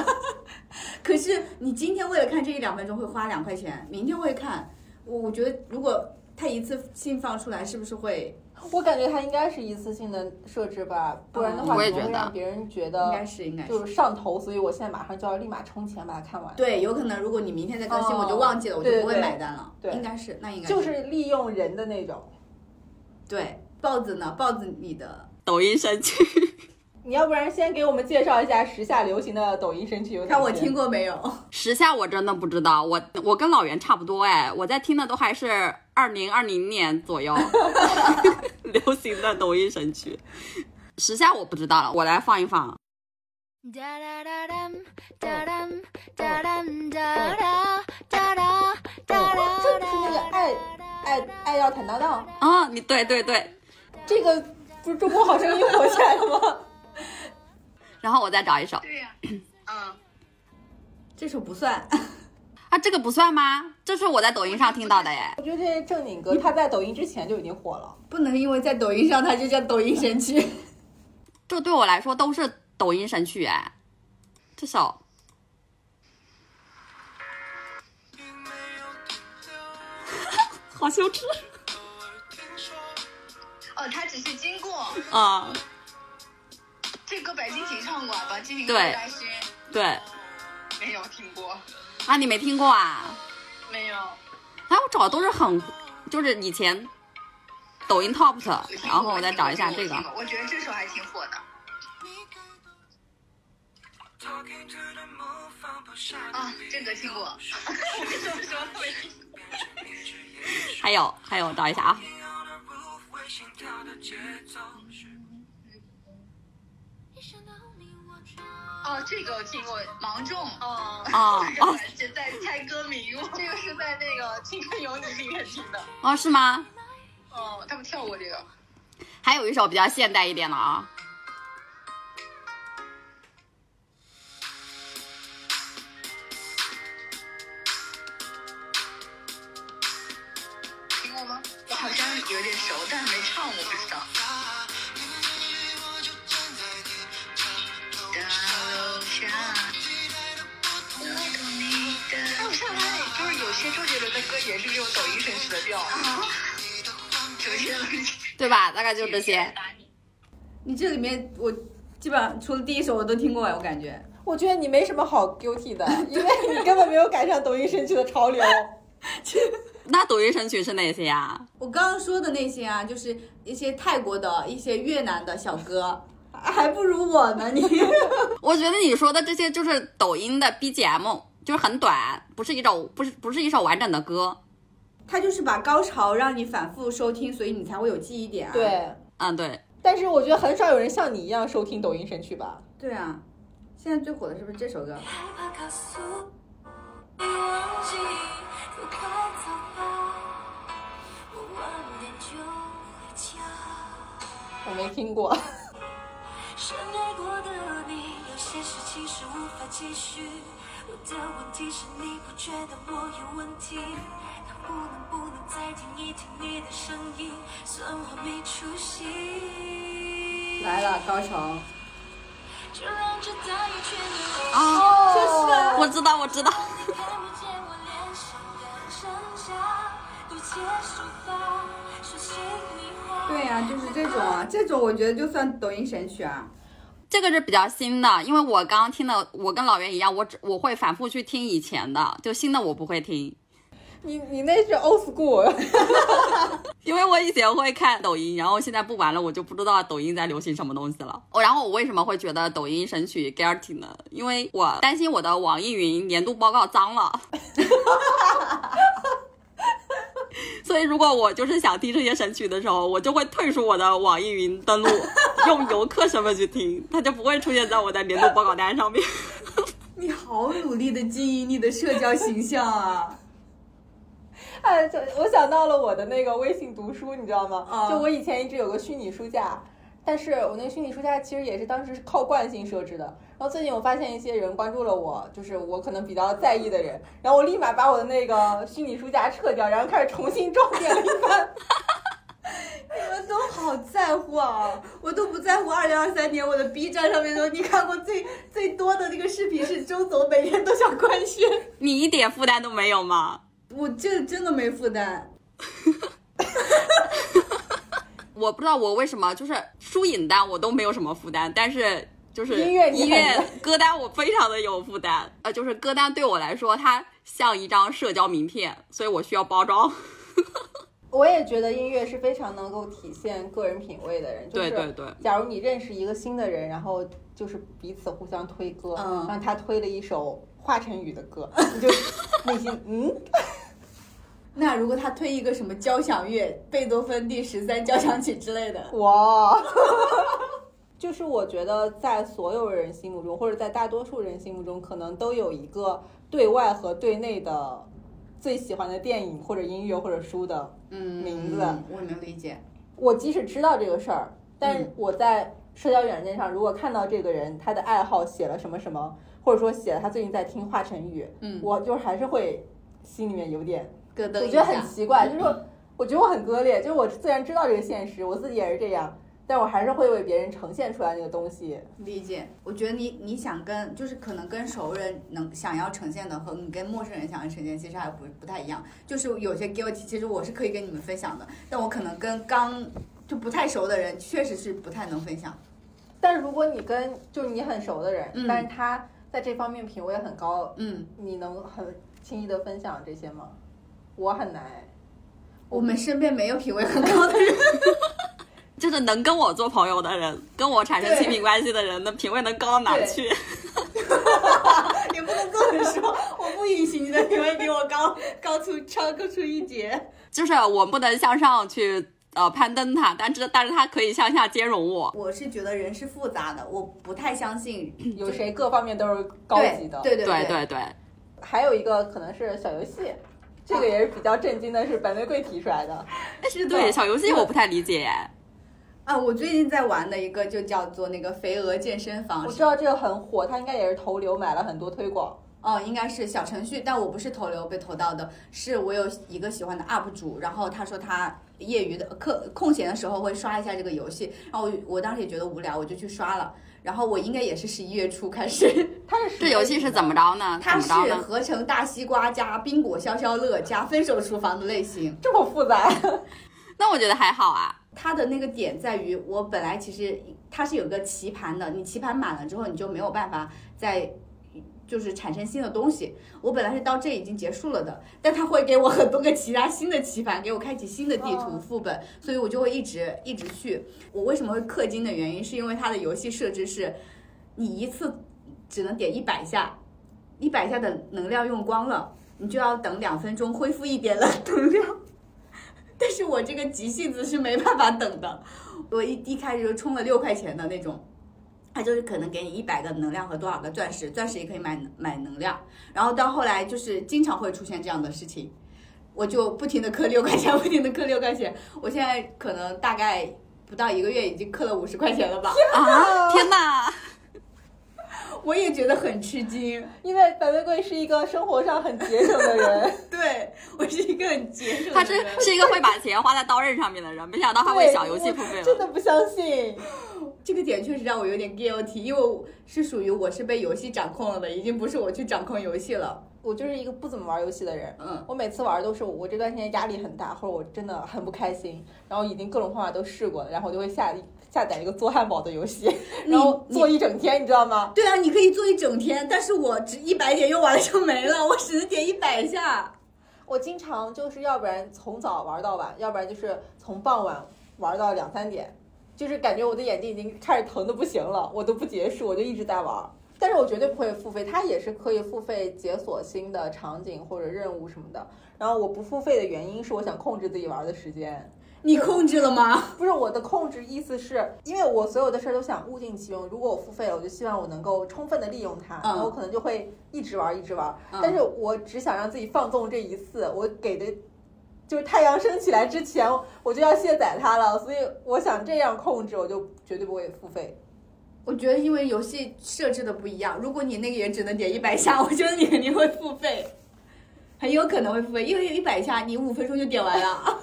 可是你今天为了看这一两分钟会花两块钱，明天会看，我我觉得如果它一次性放出来，是不是会我感觉它应该是一次性的设置吧，不然的话嗯我也可能会觉得让别人觉应得该是应该是就是上头，所以我现在马上就要立马充钱把它看完。对，有可能如果你明天再更新，哦我就忘记了，我就对对不会对买单了。对应该是那应该就是利用人的那种。对。豹子呢？豹子你的抖音神曲，你要不然先给我们介绍一下时下流行的抖音神曲有哪些？看我听过没有？ 时下我真的不知道，我我跟老袁差不多哎，我在听的都还是二零二零年左右流行的抖音神曲。时下我不知道了，我来放一放。哒啦啦哒哒啦哒啦哒啦哒啦哒啦，这不是那个爱爱爱要坦荡荡，啊，你对对对，这个不是中国好声音火起来的吗？ 然后我再找一首这首不算， 啊，这个不算吗？这是我在抖音上听到的耶。我觉得这些正经歌，他在抖音之前就已经火了。不能因为在抖音上它就叫抖音神曲。这对我来说都是抖音神曲哎。这首并没有停留。 好羞耻偶尔听说，哦，他只是经过，啊！这歌白敬亭唱过吧？敬亭对白诗对没有听过，啊，你没听过啊？没有。啊，我找的都是很，就是以前抖音 top 的，听过然后我再找一下这听过个听。过我觉得这首还挺火的 Talking to the moon，放不下的啊，这个听过。我为什么说会？一只野还有还有，找一下啊。你 on the roof，微心跳的节奏是哦，这个我听过，芒种。哦啊我感觉在猜歌名，这个是在那个《青春有你》里面听的。哦，是吗？哦，他们跳过这个。还有一首比较现代一点的啊。听过吗？我好像有点熟，但是没唱，我不知道。大楼下，我懂你的。那我上来就是有些周杰伦的歌也是这种抖音神曲的调。啊，周杰伦。对吧？大概就这些。。你这里面我基本上除了第一首我都听过哎，我感觉。我觉得你没什么好 guilty 的，因为你根本没有赶上抖音神曲的潮流。那抖音神曲是哪些啊呀、我刚刚说的那些啊，就是一些泰国的、一些越南的小歌，还不如我呢。你我觉得你说的这些就是抖音的 BGM，就是很短，不是一首不是不是一首完整的歌。它就是把高潮让你反复收听，所以你才会有记忆点啊。对，嗯，对，但是我觉得很少有人像你一样收听抖音神曲吧。对啊，现在最火的是不是这首歌？害怕告诉你忘记，就快走吧，我晚点就回家。我没听过，深爱过的你，有些事情是无法继续。我的问题是你不觉得我有问题？能不能不能再听一听你的声音？算我没出息。 来了，高潮。就让这大雨全都啊，就是我知道，我知道。 看不见我脸上的挣扎，都结束吧，说心里话。对呀、就是这种啊，这种我觉得就算抖音神曲啊。这个是比较新的，因为我刚刚听的，我跟老袁一样，我只我会反复去听以前的，就新的我不会听，你你那是 old school。因为我以前会看抖音，然后现在不玩了，我就不知道抖音在流行什么东西了。哦，然后我为什么会觉得抖音神曲 guilty 呢？因为我担心我的网易云年度报告脏了，所以如果我就是想听这些神曲的时候，我就会退出我的网易云登 录，用游客身份去听，它就不会出现在我的年度报告单上面。你 好努力的经营你的社交形象啊！哎， 就我想到了我的那个微信读书，你知道吗？嗯啊就我以前一直有个虚拟书架，但是我那个虚拟书架其实也是当时是靠惯性设置的。然后最近我发现一些人关注了我，就是我可能比较在意的人，然后我立马把我的那个虚拟书架撤掉，然后开始重新装点了一番。你们都好在乎啊！我都不在乎。二零二三年我的 B 站上面说，你看过最最多的那个视频是周总每天都想官宣，你一点负担都没有吗？我这真的没负担。我不知道我为什么就是书影单我都没有什么负担，但是就是音乐你音乐很歌单我非常的有负担。呃，就是歌单对我来说，它像一张社交名片，所以我需要包装。 我也觉得音乐是非常能够体现个人品味的人，就是对对对假如你认识一个新的人，然后就是彼此互相推歌，嗯让他推了一首华晨宇的歌，你就 内心嗯，那如果他推一个什么交响乐，贝多芬第十三交响曲之类的，哇， 就是我觉得在所有人心目中，或者在大多数人心目中，可能都有一个对外和对内的最喜欢的电影或者音乐或者书的嗯名字我能理解。我即使知道这个事儿，但我在社交软件上如果看到这个人他的爱好写了什么什么，或者说写了他最近在听华晨宇，嗯我就是还是会心里面有点，咯噔我一觉得下，很奇怪，就是说我觉得我很割裂，就是我虽然知道这个现实，我自己也是这样，但我还是会为别人呈现出来那个东西。理解，我觉得你你想跟就是可能跟熟人能想要呈现的和你跟陌生人想要呈现其实还不不太一样，就是有些 guilty 其实我是可以跟你们分享的，但我可能跟刚就不太熟的人确实是不太能分享。但如果你跟就是你很熟的人，嗯但是他在这方面品味很高，嗯，你能很轻易的分享这些吗？我很难哎。我们身边没有品味很高的人，就是能跟我做朋友的人，跟我产生对亲密关系的人，那品味能高到哪儿去？也不能这么说，我不允许你的品味比我高高出超高出一截。就是我不能向上去呃攀登它，但是但是它可以向下兼容我。我是觉得人是复杂的，我不太相信有谁各方面都是高级的。，对对嗯对对，对对，还有一个可能是小游戏，这个也是比较震惊的，是白玫瑰提出来的。但哎是对小游戏我不太理解耶。啊，我最近在玩的一个就叫做那个肥鹅健身房，我知道这个很火，它应该也是头流买了很多推广。哦，应该是小程序，但我不是投流被投到的，是我有一个喜欢的 UP 主，然后他说他业余的课空闲的时候会刷一下这个游戏，然后我我当时也觉得无聊，我就去刷了。然后我应该也是十一月初开始， 它是这游戏是怎么？着呢？怎它么着是呢？合成大西瓜加冰果消消乐加分手厨房的类型。这么复杂？那我觉得还好啊。它的那个点在于，我本来其实它是有个棋盘的，你棋盘满了之后，你就没有办法再就是产生新的东西。我本来是到这已经结束了的，但它会给我很多个其他新的棋盘，给我开启新的地图哦副本，所以我就会一直一直去。我为什么会氪金的原因，是因为它的游戏设置是，你一次只能点一百下，一百下的能量用光了，你就要等两分钟恢复一点了能量。但是我这个急性子是没办法等的，我一一开始就充了六块钱的那种，它就是可能给你一百个能量和多少个钻石，钻石也可以买买能量，然后到后来就是经常会出现这样的事情，我就不停的氪六块钱，不 停的氪六块钱，我现在可能大概不到一个月已经氪了五十块钱了吧，啊！天哪！我也觉得很吃惊，因为白玫瑰是一个生活上很节省的 人，对我是一个很节省的人，他 是是一个会把钱花在刀刃上面的人，没想到他为对小游戏付费真了。的不相信。 这个点确实让我有点 guilty，因为我是属于我是被游戏掌控了的，已经不是我去掌控游戏了。我就是一个不怎么玩游戏的人，嗯，我每次玩都是我这段时间压力很大，或者我真的很不开心，然后已经各种方法都试过了，然后我就会下一下载一个做汉堡的游戏，你然后你做一整天，你知道吗？对啊，你可以做一整天，但是我只一百点用完了就没了，我只能点一百下。我经常就是要不然从早玩到晚，要不然就是从傍晚玩到两三点，就是感觉我的眼睛已经开始疼的不行了，我都不结束，我就一直在玩。但是我绝对不会付费，它也是可以付费解锁新的场景或者任务什么的。然后我不付费的原因是我想控制自己玩的时间，你控制了吗？不是我的控制意思是因为我所有的事儿都想物尽其用。如果我付费了，我就希望我能够充分的利用它，嗯那我可能就会一直玩一直玩。嗯但是我只想让自己放纵这一次，我给的。就是太阳升起来之前，我就要卸载它了，所以我想这样控制，我就绝对不会付费。我觉得因为游戏设置的不一样，如果你那个也只能点一百下，我 觉得你肯定会付费，很有可能会付费，因为一百下你五分钟就点完了。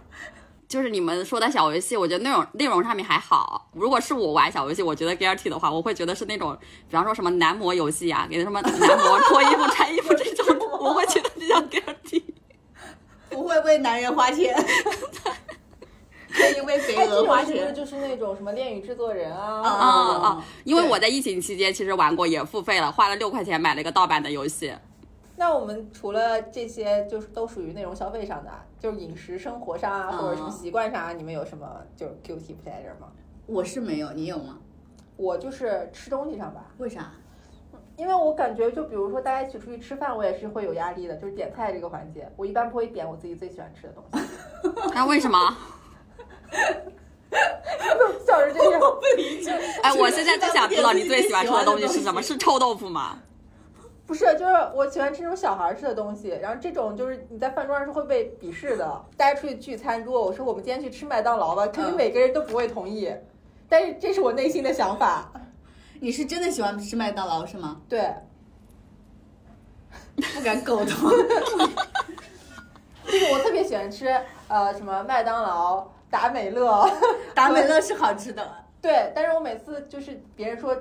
就是你们说的小游戏，我觉得内容内容上面还好。如果是我玩小游戏，我觉得 guilty 的话，我会觉得是那种，比方说什么男模游戏啊，给什么男模脱衣服、拆衣服这 种，我会觉得比较 guilty。不会为男人花钱，可以为肥哎，这鹅种花是不是钱。就是那种什么恋与制作人啊？啊啊啊！啊因为我在疫情期间其实玩过，也付费了，花了六块钱买了一个盗版的游戏。那我们除了这些，就是都属于内容消费上的啊，就是饮食、生活上啊，嗯或者什么习惯上啊，你们有什么就是 guilty pleasure 吗？我是没有，你有吗？我就是吃东西上吧，为啥？因为我感觉就比如说大家一起出去吃饭，我也是会有压力的，就是点菜这个环节，我一般不会点我自己最喜欢吃的东西， 那为什 么？像是这样。哎，我现在就想知道你最喜欢吃的东西是什么？是臭豆腐吗？不是，就是我喜欢吃那种小孩儿吃的东西，然后这种就是你在饭桌上是会被鄙视的。大家出去聚餐，如果我说我们今天去吃麦当劳吧，肯定每个人都不会同意。但是这是我内心的想法，你是真的喜欢吃麦当劳是吗？对，不敢苟同。就是我特别喜欢吃呃什么麦当劳、达美乐， 达美乐是好吃的，对。但是我每次就是别人说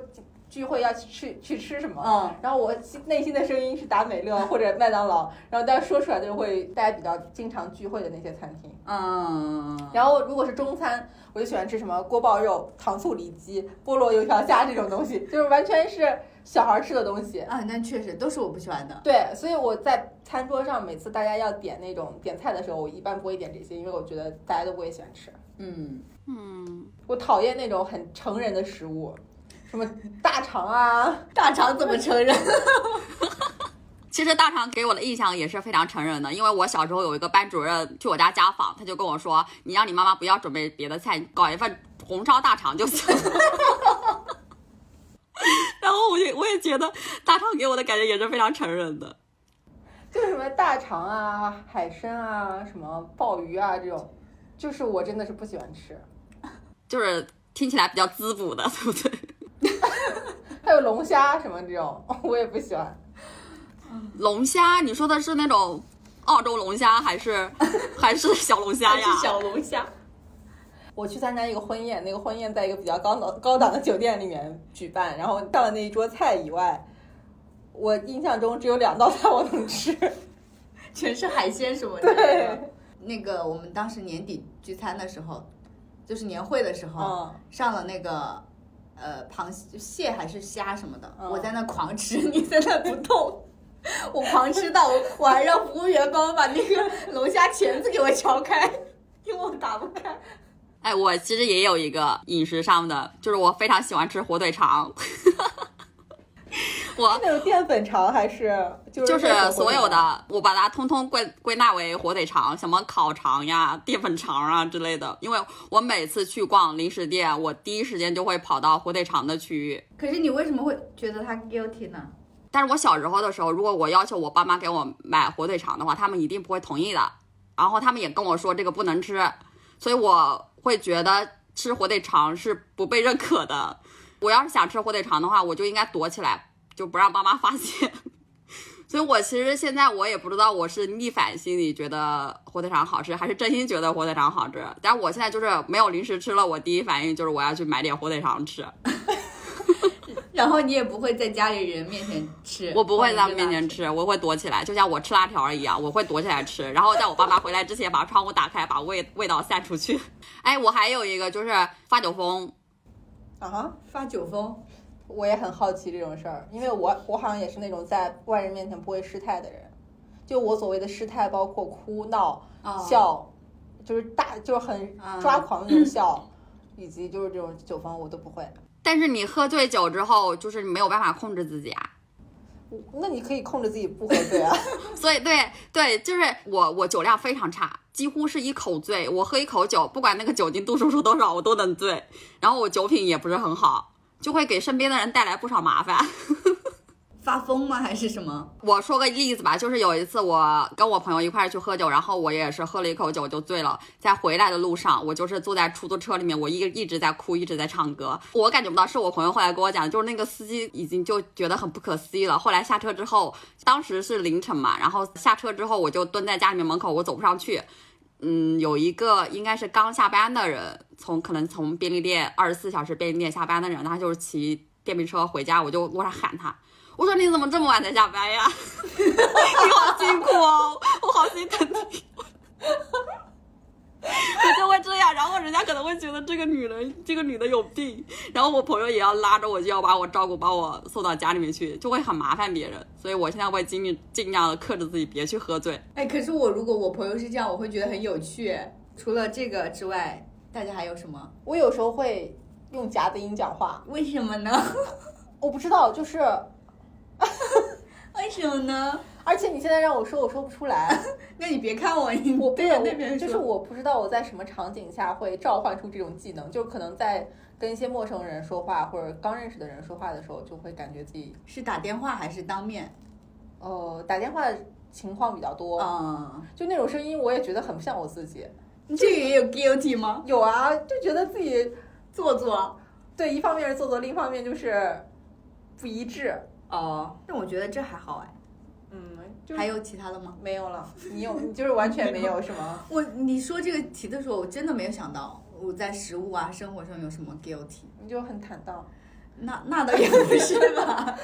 聚会要去去去吃什么，嗯，然后我心内心的声音是达美乐或者麦当劳，然后但是说出来就会大家比较经常聚会的那些餐厅。嗯，然后如果是中餐，我就喜欢吃什么锅爆肉、糖醋里脊、菠萝油条虾这种东西，就是完全是小孩吃的东西。啊，那确实都是我不喜欢的。对，所以我在餐桌上每次大家要点那种点菜的时候，我一般不会点这些，因为我觉得大家都不会喜欢吃。嗯，嗯，我讨厌那种很成人的食物，什么大肠啊，大肠怎么承认？其实大肠给我的印象也是非常成人的，因为我小时候有一个班主任去我家家访，他就跟我说：“你让你妈妈不要准备别的菜，你搞一份红烧大肠就行。” 然后我也我也觉得大肠给我的感觉也是非常成人的。就是什么大肠啊、海参啊、什么鲍鱼啊这种，就是我真的是不喜欢吃。就是听起来比较滋补的，对不对？还有龙虾什么这种， 我也不喜欢。龙虾，你说的是那种澳洲龙虾还是还是小龙虾呀？小龙虾。我去参加一个婚宴，那个婚宴在一个比较高档高档的酒店里面举办，然后上了那一桌菜以外，我印象中只有两道菜我能 吃。 全是海鲜什么的。嗯对，那个我们当时年底聚餐的时候，就是年会的时候，啊嗯，上了那个呃螃蟹蟹还是虾什么的，嗯我在那狂吃， 你在那不动。我狂吃到我，我还让服务员帮我把那个龙虾钳子给我撬开，因为我打不开。哎，我其实也有一个饮食上的，就是我非常喜欢吃火腿肠。我那种淀粉肠还是就是就就是所有啊的，我把它通通归归纳为火腿肠，什么烤肠呀、淀粉肠啊之类的。因为我每次去逛零食店，我第一时间就会跑到火腿肠的区域。可是你为什么会觉得他 guilty 呢？但是我小时候的时候，如果我要求我爸妈给我买火腿肠的话，他们一定不会同意的。然后他们也跟我说这个不能吃，所以我会觉得吃火腿肠是不被认可的。我要是想吃火腿肠的话，我就应该躲起来，就不让爸妈发现。所以我其实现在我也不知道我是逆反心理觉得火腿肠好吃，还是真心觉得火腿肠好吃。但我现在就是没有零食吃了，我第一反应就是我要去买点火腿肠吃。然后你也不会在家里人面前吃，我不会在面前前。吃，我会躲起来，就像我吃辣条一样，我会躲起来吃，然后在我爸妈回来之前把窗户打开，把味味道散出去。哎，我还有一个就是发酒疯，啊哈，发酒疯，我也很好奇这种事儿，因为我我好像也是那种在外人面前不会失态的人，就我所谓的失态包括哭闹、哦啊笑，就是大就是很抓狂的那种笑， 以及就是这种酒疯我都不会。但是你喝醉酒之后，就是你没有办法控制自己啊。那你可以控制自己不喝醉 啊。所以对对，就是我我酒量非常差，几乎是一口醉。我喝一口酒，不管那个酒精度数是多少，我都能醉。然后我酒品也不是很好，就会给身边的人带来不少麻烦。发疯吗？还是什么？我说个例子吧，就是有一次我跟我朋友一块儿去喝酒，然后我也是喝了一口酒就醉了，在回来的路上，我就是坐在出租车里面，我一一直在哭，一直在唱歌，我感觉不到，是我朋友后来跟我讲，就是那个司机已经就觉得很不可思议了。后来下车之后，当时是凌晨嘛，然后下车之后我就蹲在家里面门口，我走不上去。嗯，有一个应该是刚下班的人，从可能从便利店二十四小时便利店下班的人，他就是骑电瓶车回家，我就路上喊他，我说你怎么这么晚才下班呀？你好辛苦哦，我好心疼你。我就会这样，然后人家可能会觉得这个女人，这个女的有病，然后我朋友也要拉着我，就要把我照顾，把我送到家里面去，就会很麻烦别人。所以我现在会尽力尽量的克制自己，别去喝醉。哎，可是我如果我朋友是这样，我会觉得很有趣。除了这个之外，大家还有什么？我有时候会用夹子音讲话，为什么呢？ 我不知道，就是为什么呢？而且你现在让我说，我说不出来。那你别看我，你我对着那边就说是我不知道我在什么场景下会召唤出这种技能，就是可能在跟一些陌生人说话或者刚认识的人说话的时候，就会感觉自己是打电话还是当面？呃打电话的情况比较多，嗯，就那种声音我也觉得很不像我自己。这个也有 guilty 吗？有啊，就觉得自己做作。对一方面是做作，另一方面就是不一致。哦，那我觉得这还好哎。嗯，就是还有其他的吗？没有了？你有你就是完全没有是吗？我你说这个题的时候，我真的没有想到我在食物啊、生活上有什么 guilty。你就很坦荡。那那倒也不是吧？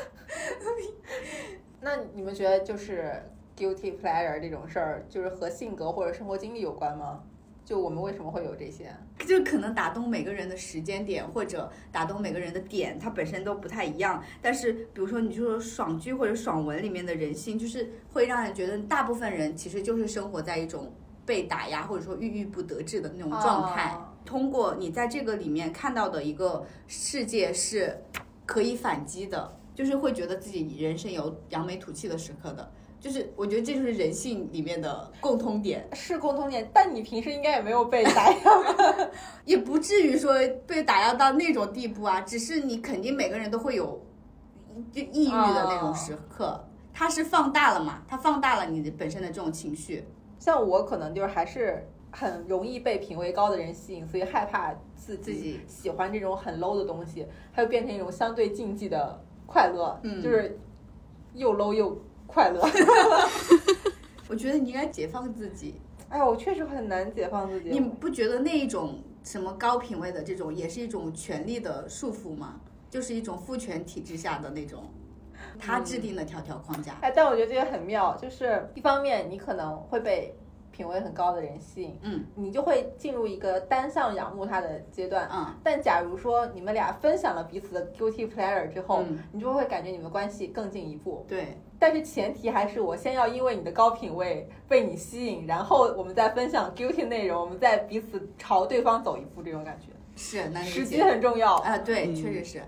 那你们觉得就是 guilty pleasure 这种事儿，就是和性格或者生活经历有关吗？就我们为什么会有这些？ 就是可能打动每个人的时间点，或者打动每个人的点，它本身都不太一样。但是，比如说你就说爽剧或者爽文里面的人性，就是会让人觉得大部分人其实就是生活在一种被打压或者说郁郁不得志的那种嗯状态。哦通过你在这个里面看到的一个世界是可以反击的，就是会觉得自己人生有扬眉吐气的时刻的。就是我觉得这就是人性里面的共通点。是共通点，但你平时应该也没有被打压。也不至于说被打压到那种地步啊，只是你肯定每个人都会有就抑郁的那种时刻，它是放大了嘛，它放大了你本身的这种情绪。 像我可能就是还是很容易被品味高的人吸引，所以害怕自自己己喜欢这种很 low 的东西，它就变成一种相对禁忌的快乐，嗯就是又 low 又快乐。 我觉得你应该解放自己，哎呀，我确实很难解放自己。你不觉得那一种什么高品位的这种也是一种权力的束缚吗？就是一种父权体制下的那种，他制定的条条框架。哎，但我觉得这个很妙，就是一方面你可能会被品味很高的人吸引，嗯你就会进入一个单向仰慕他的阶段。嗯但假如说你们俩分享了彼此的 guilty pleasure 之后，嗯，你就会感觉你们关系更进一步。对，但是前提还是我先要因为你的高品位被你吸引，然后我们再分享 guilty 内容，我们再彼此朝对方走一步，这种感觉，是能理解。时机很重要。啊，对，确实是。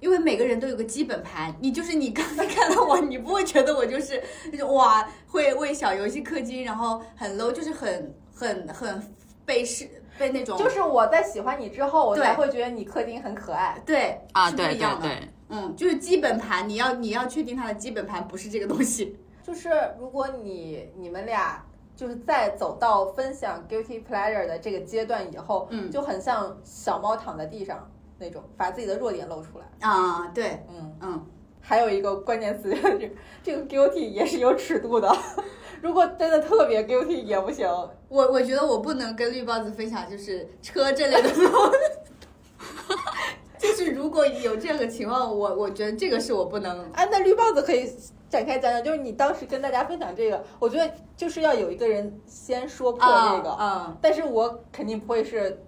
因为每个人都有个基本盘，你就是你刚才看到我，你不会觉得我就是那种哇会为小游戏氪金，然后很 low，就是很很很被是被那种就是我在喜欢你之后，我对才会觉得你氪金很可爱。对啊，是不对一对样的，对，嗯，就是基本盘，你要你要确定它的基本盘不是这个东西，就是如果你你们俩就是在走到分享 guilty pleasure 的这个阶段以后，嗯就很像小猫躺在地上那种，把自己的弱点露出来。啊，对，嗯，嗯，还有一个关键词就是 这个 guilty 也是有尺度的， 如果真的特别 guilty 也不行。啊我我觉得我不能跟绿帽子分享就是车这类的东西。 就是如果有这样的情况，我我觉得这个是我不能哎，那绿帽子可以展开讲讲，就是你当时跟大家分享这个，我觉得就是要有一个人先说破啊这个，啊，但是我肯定不会是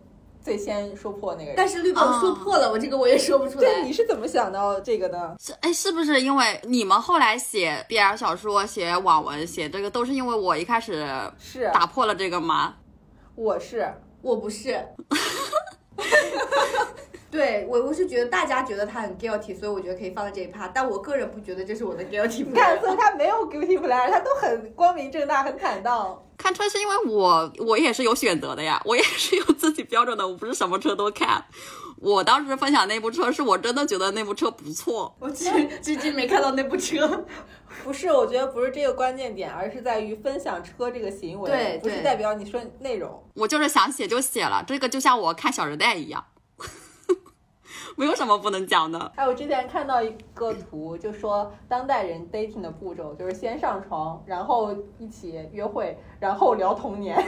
最先说破那个人。但是绿帽说破了，我这个我也说不出对，来。你是怎么想到这个的？是哎，是不是因为你们后来写 BL 小说、写网文、写这个，都是因为我一开始是，打破了这个吗？我是，我不是， 对我，我是觉得大家觉得他很 guilty，所以我觉得可以放在这一趴。但我个人不觉得这是我的 guilty 你看， pleasure。所以他没有 guilty pleasure，他都很光明正大，很坦荡。看车是因为我我也是有选择的呀，我也 是有自己标准的，我不是什么车都看。我当时分享那部车，是我真的觉得那部车不错，我至至今没看到那部车。不是，我觉得不是这个关键点，而是在于分享车这个行为，对不是对代表你说内容。我就是想写就写了。这个就像我看《小时代》一样， 没有什么不能讲的。还有哎之前看到一个图，就说当代人 dating 的步骤就是先上床，然后一起约会，然后聊童年。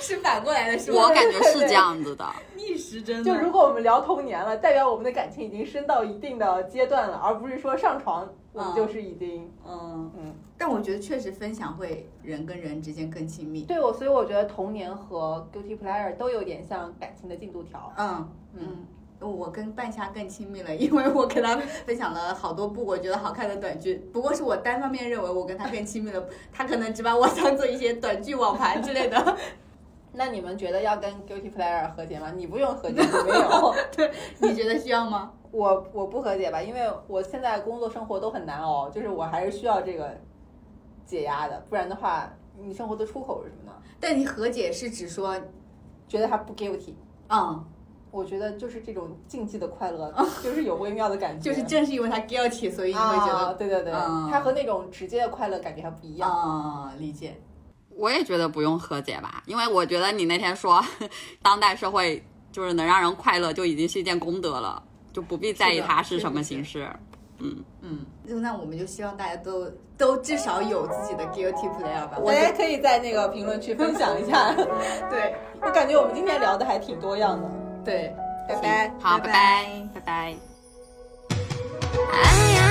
是反过来的，是我吧？感觉是这样子的，逆时针就如果我们聊童年了，代表我们的感情已经深到一定的阶段了，而不是说上床我们就是已经嗯嗯。但我觉得确实分享会人跟人之间更亲密。对我，所以我觉得童年和 guilty pleasure 都有点像感情的进度条。嗯嗯，我跟半夏更亲密了，因 为我给他分享了好多部我觉得好看的短剧，不过是我单方面认为我跟他更亲密了，他可能只把我当做一些短剧网盘之类的。 那你们觉得要跟 guilty pleasure 和解吗？你不用和 解，你没有。你觉得需要吗？我我不和解吧，因为我现在工作生活都很难熬，就是我还是需要这个解压的，不然的话，你生活的出口是什么呢？但你和解是指说，觉得他不 guilty，嗯，我觉得就是这种竞技的快乐， 就是有微妙的感觉，就是正是因为他 guilty，所以你会觉啊，得对对对，嗯它和那种直接的快乐感觉还不一样。啊、理解。我也觉得不用和解吧，因为我觉得你那天说，当代社会就是能让人快乐就已经是一件功德了，就不必在意是的它是是什么的形式。嗯，就那我们就希望大家都都至少有自己的 guilty player 吧。哎大家可以在那个评论区分享一下， 对我感觉我们今天聊的还挺多样的。对，拜拜，好，拜拜拜，拜拜。哎呀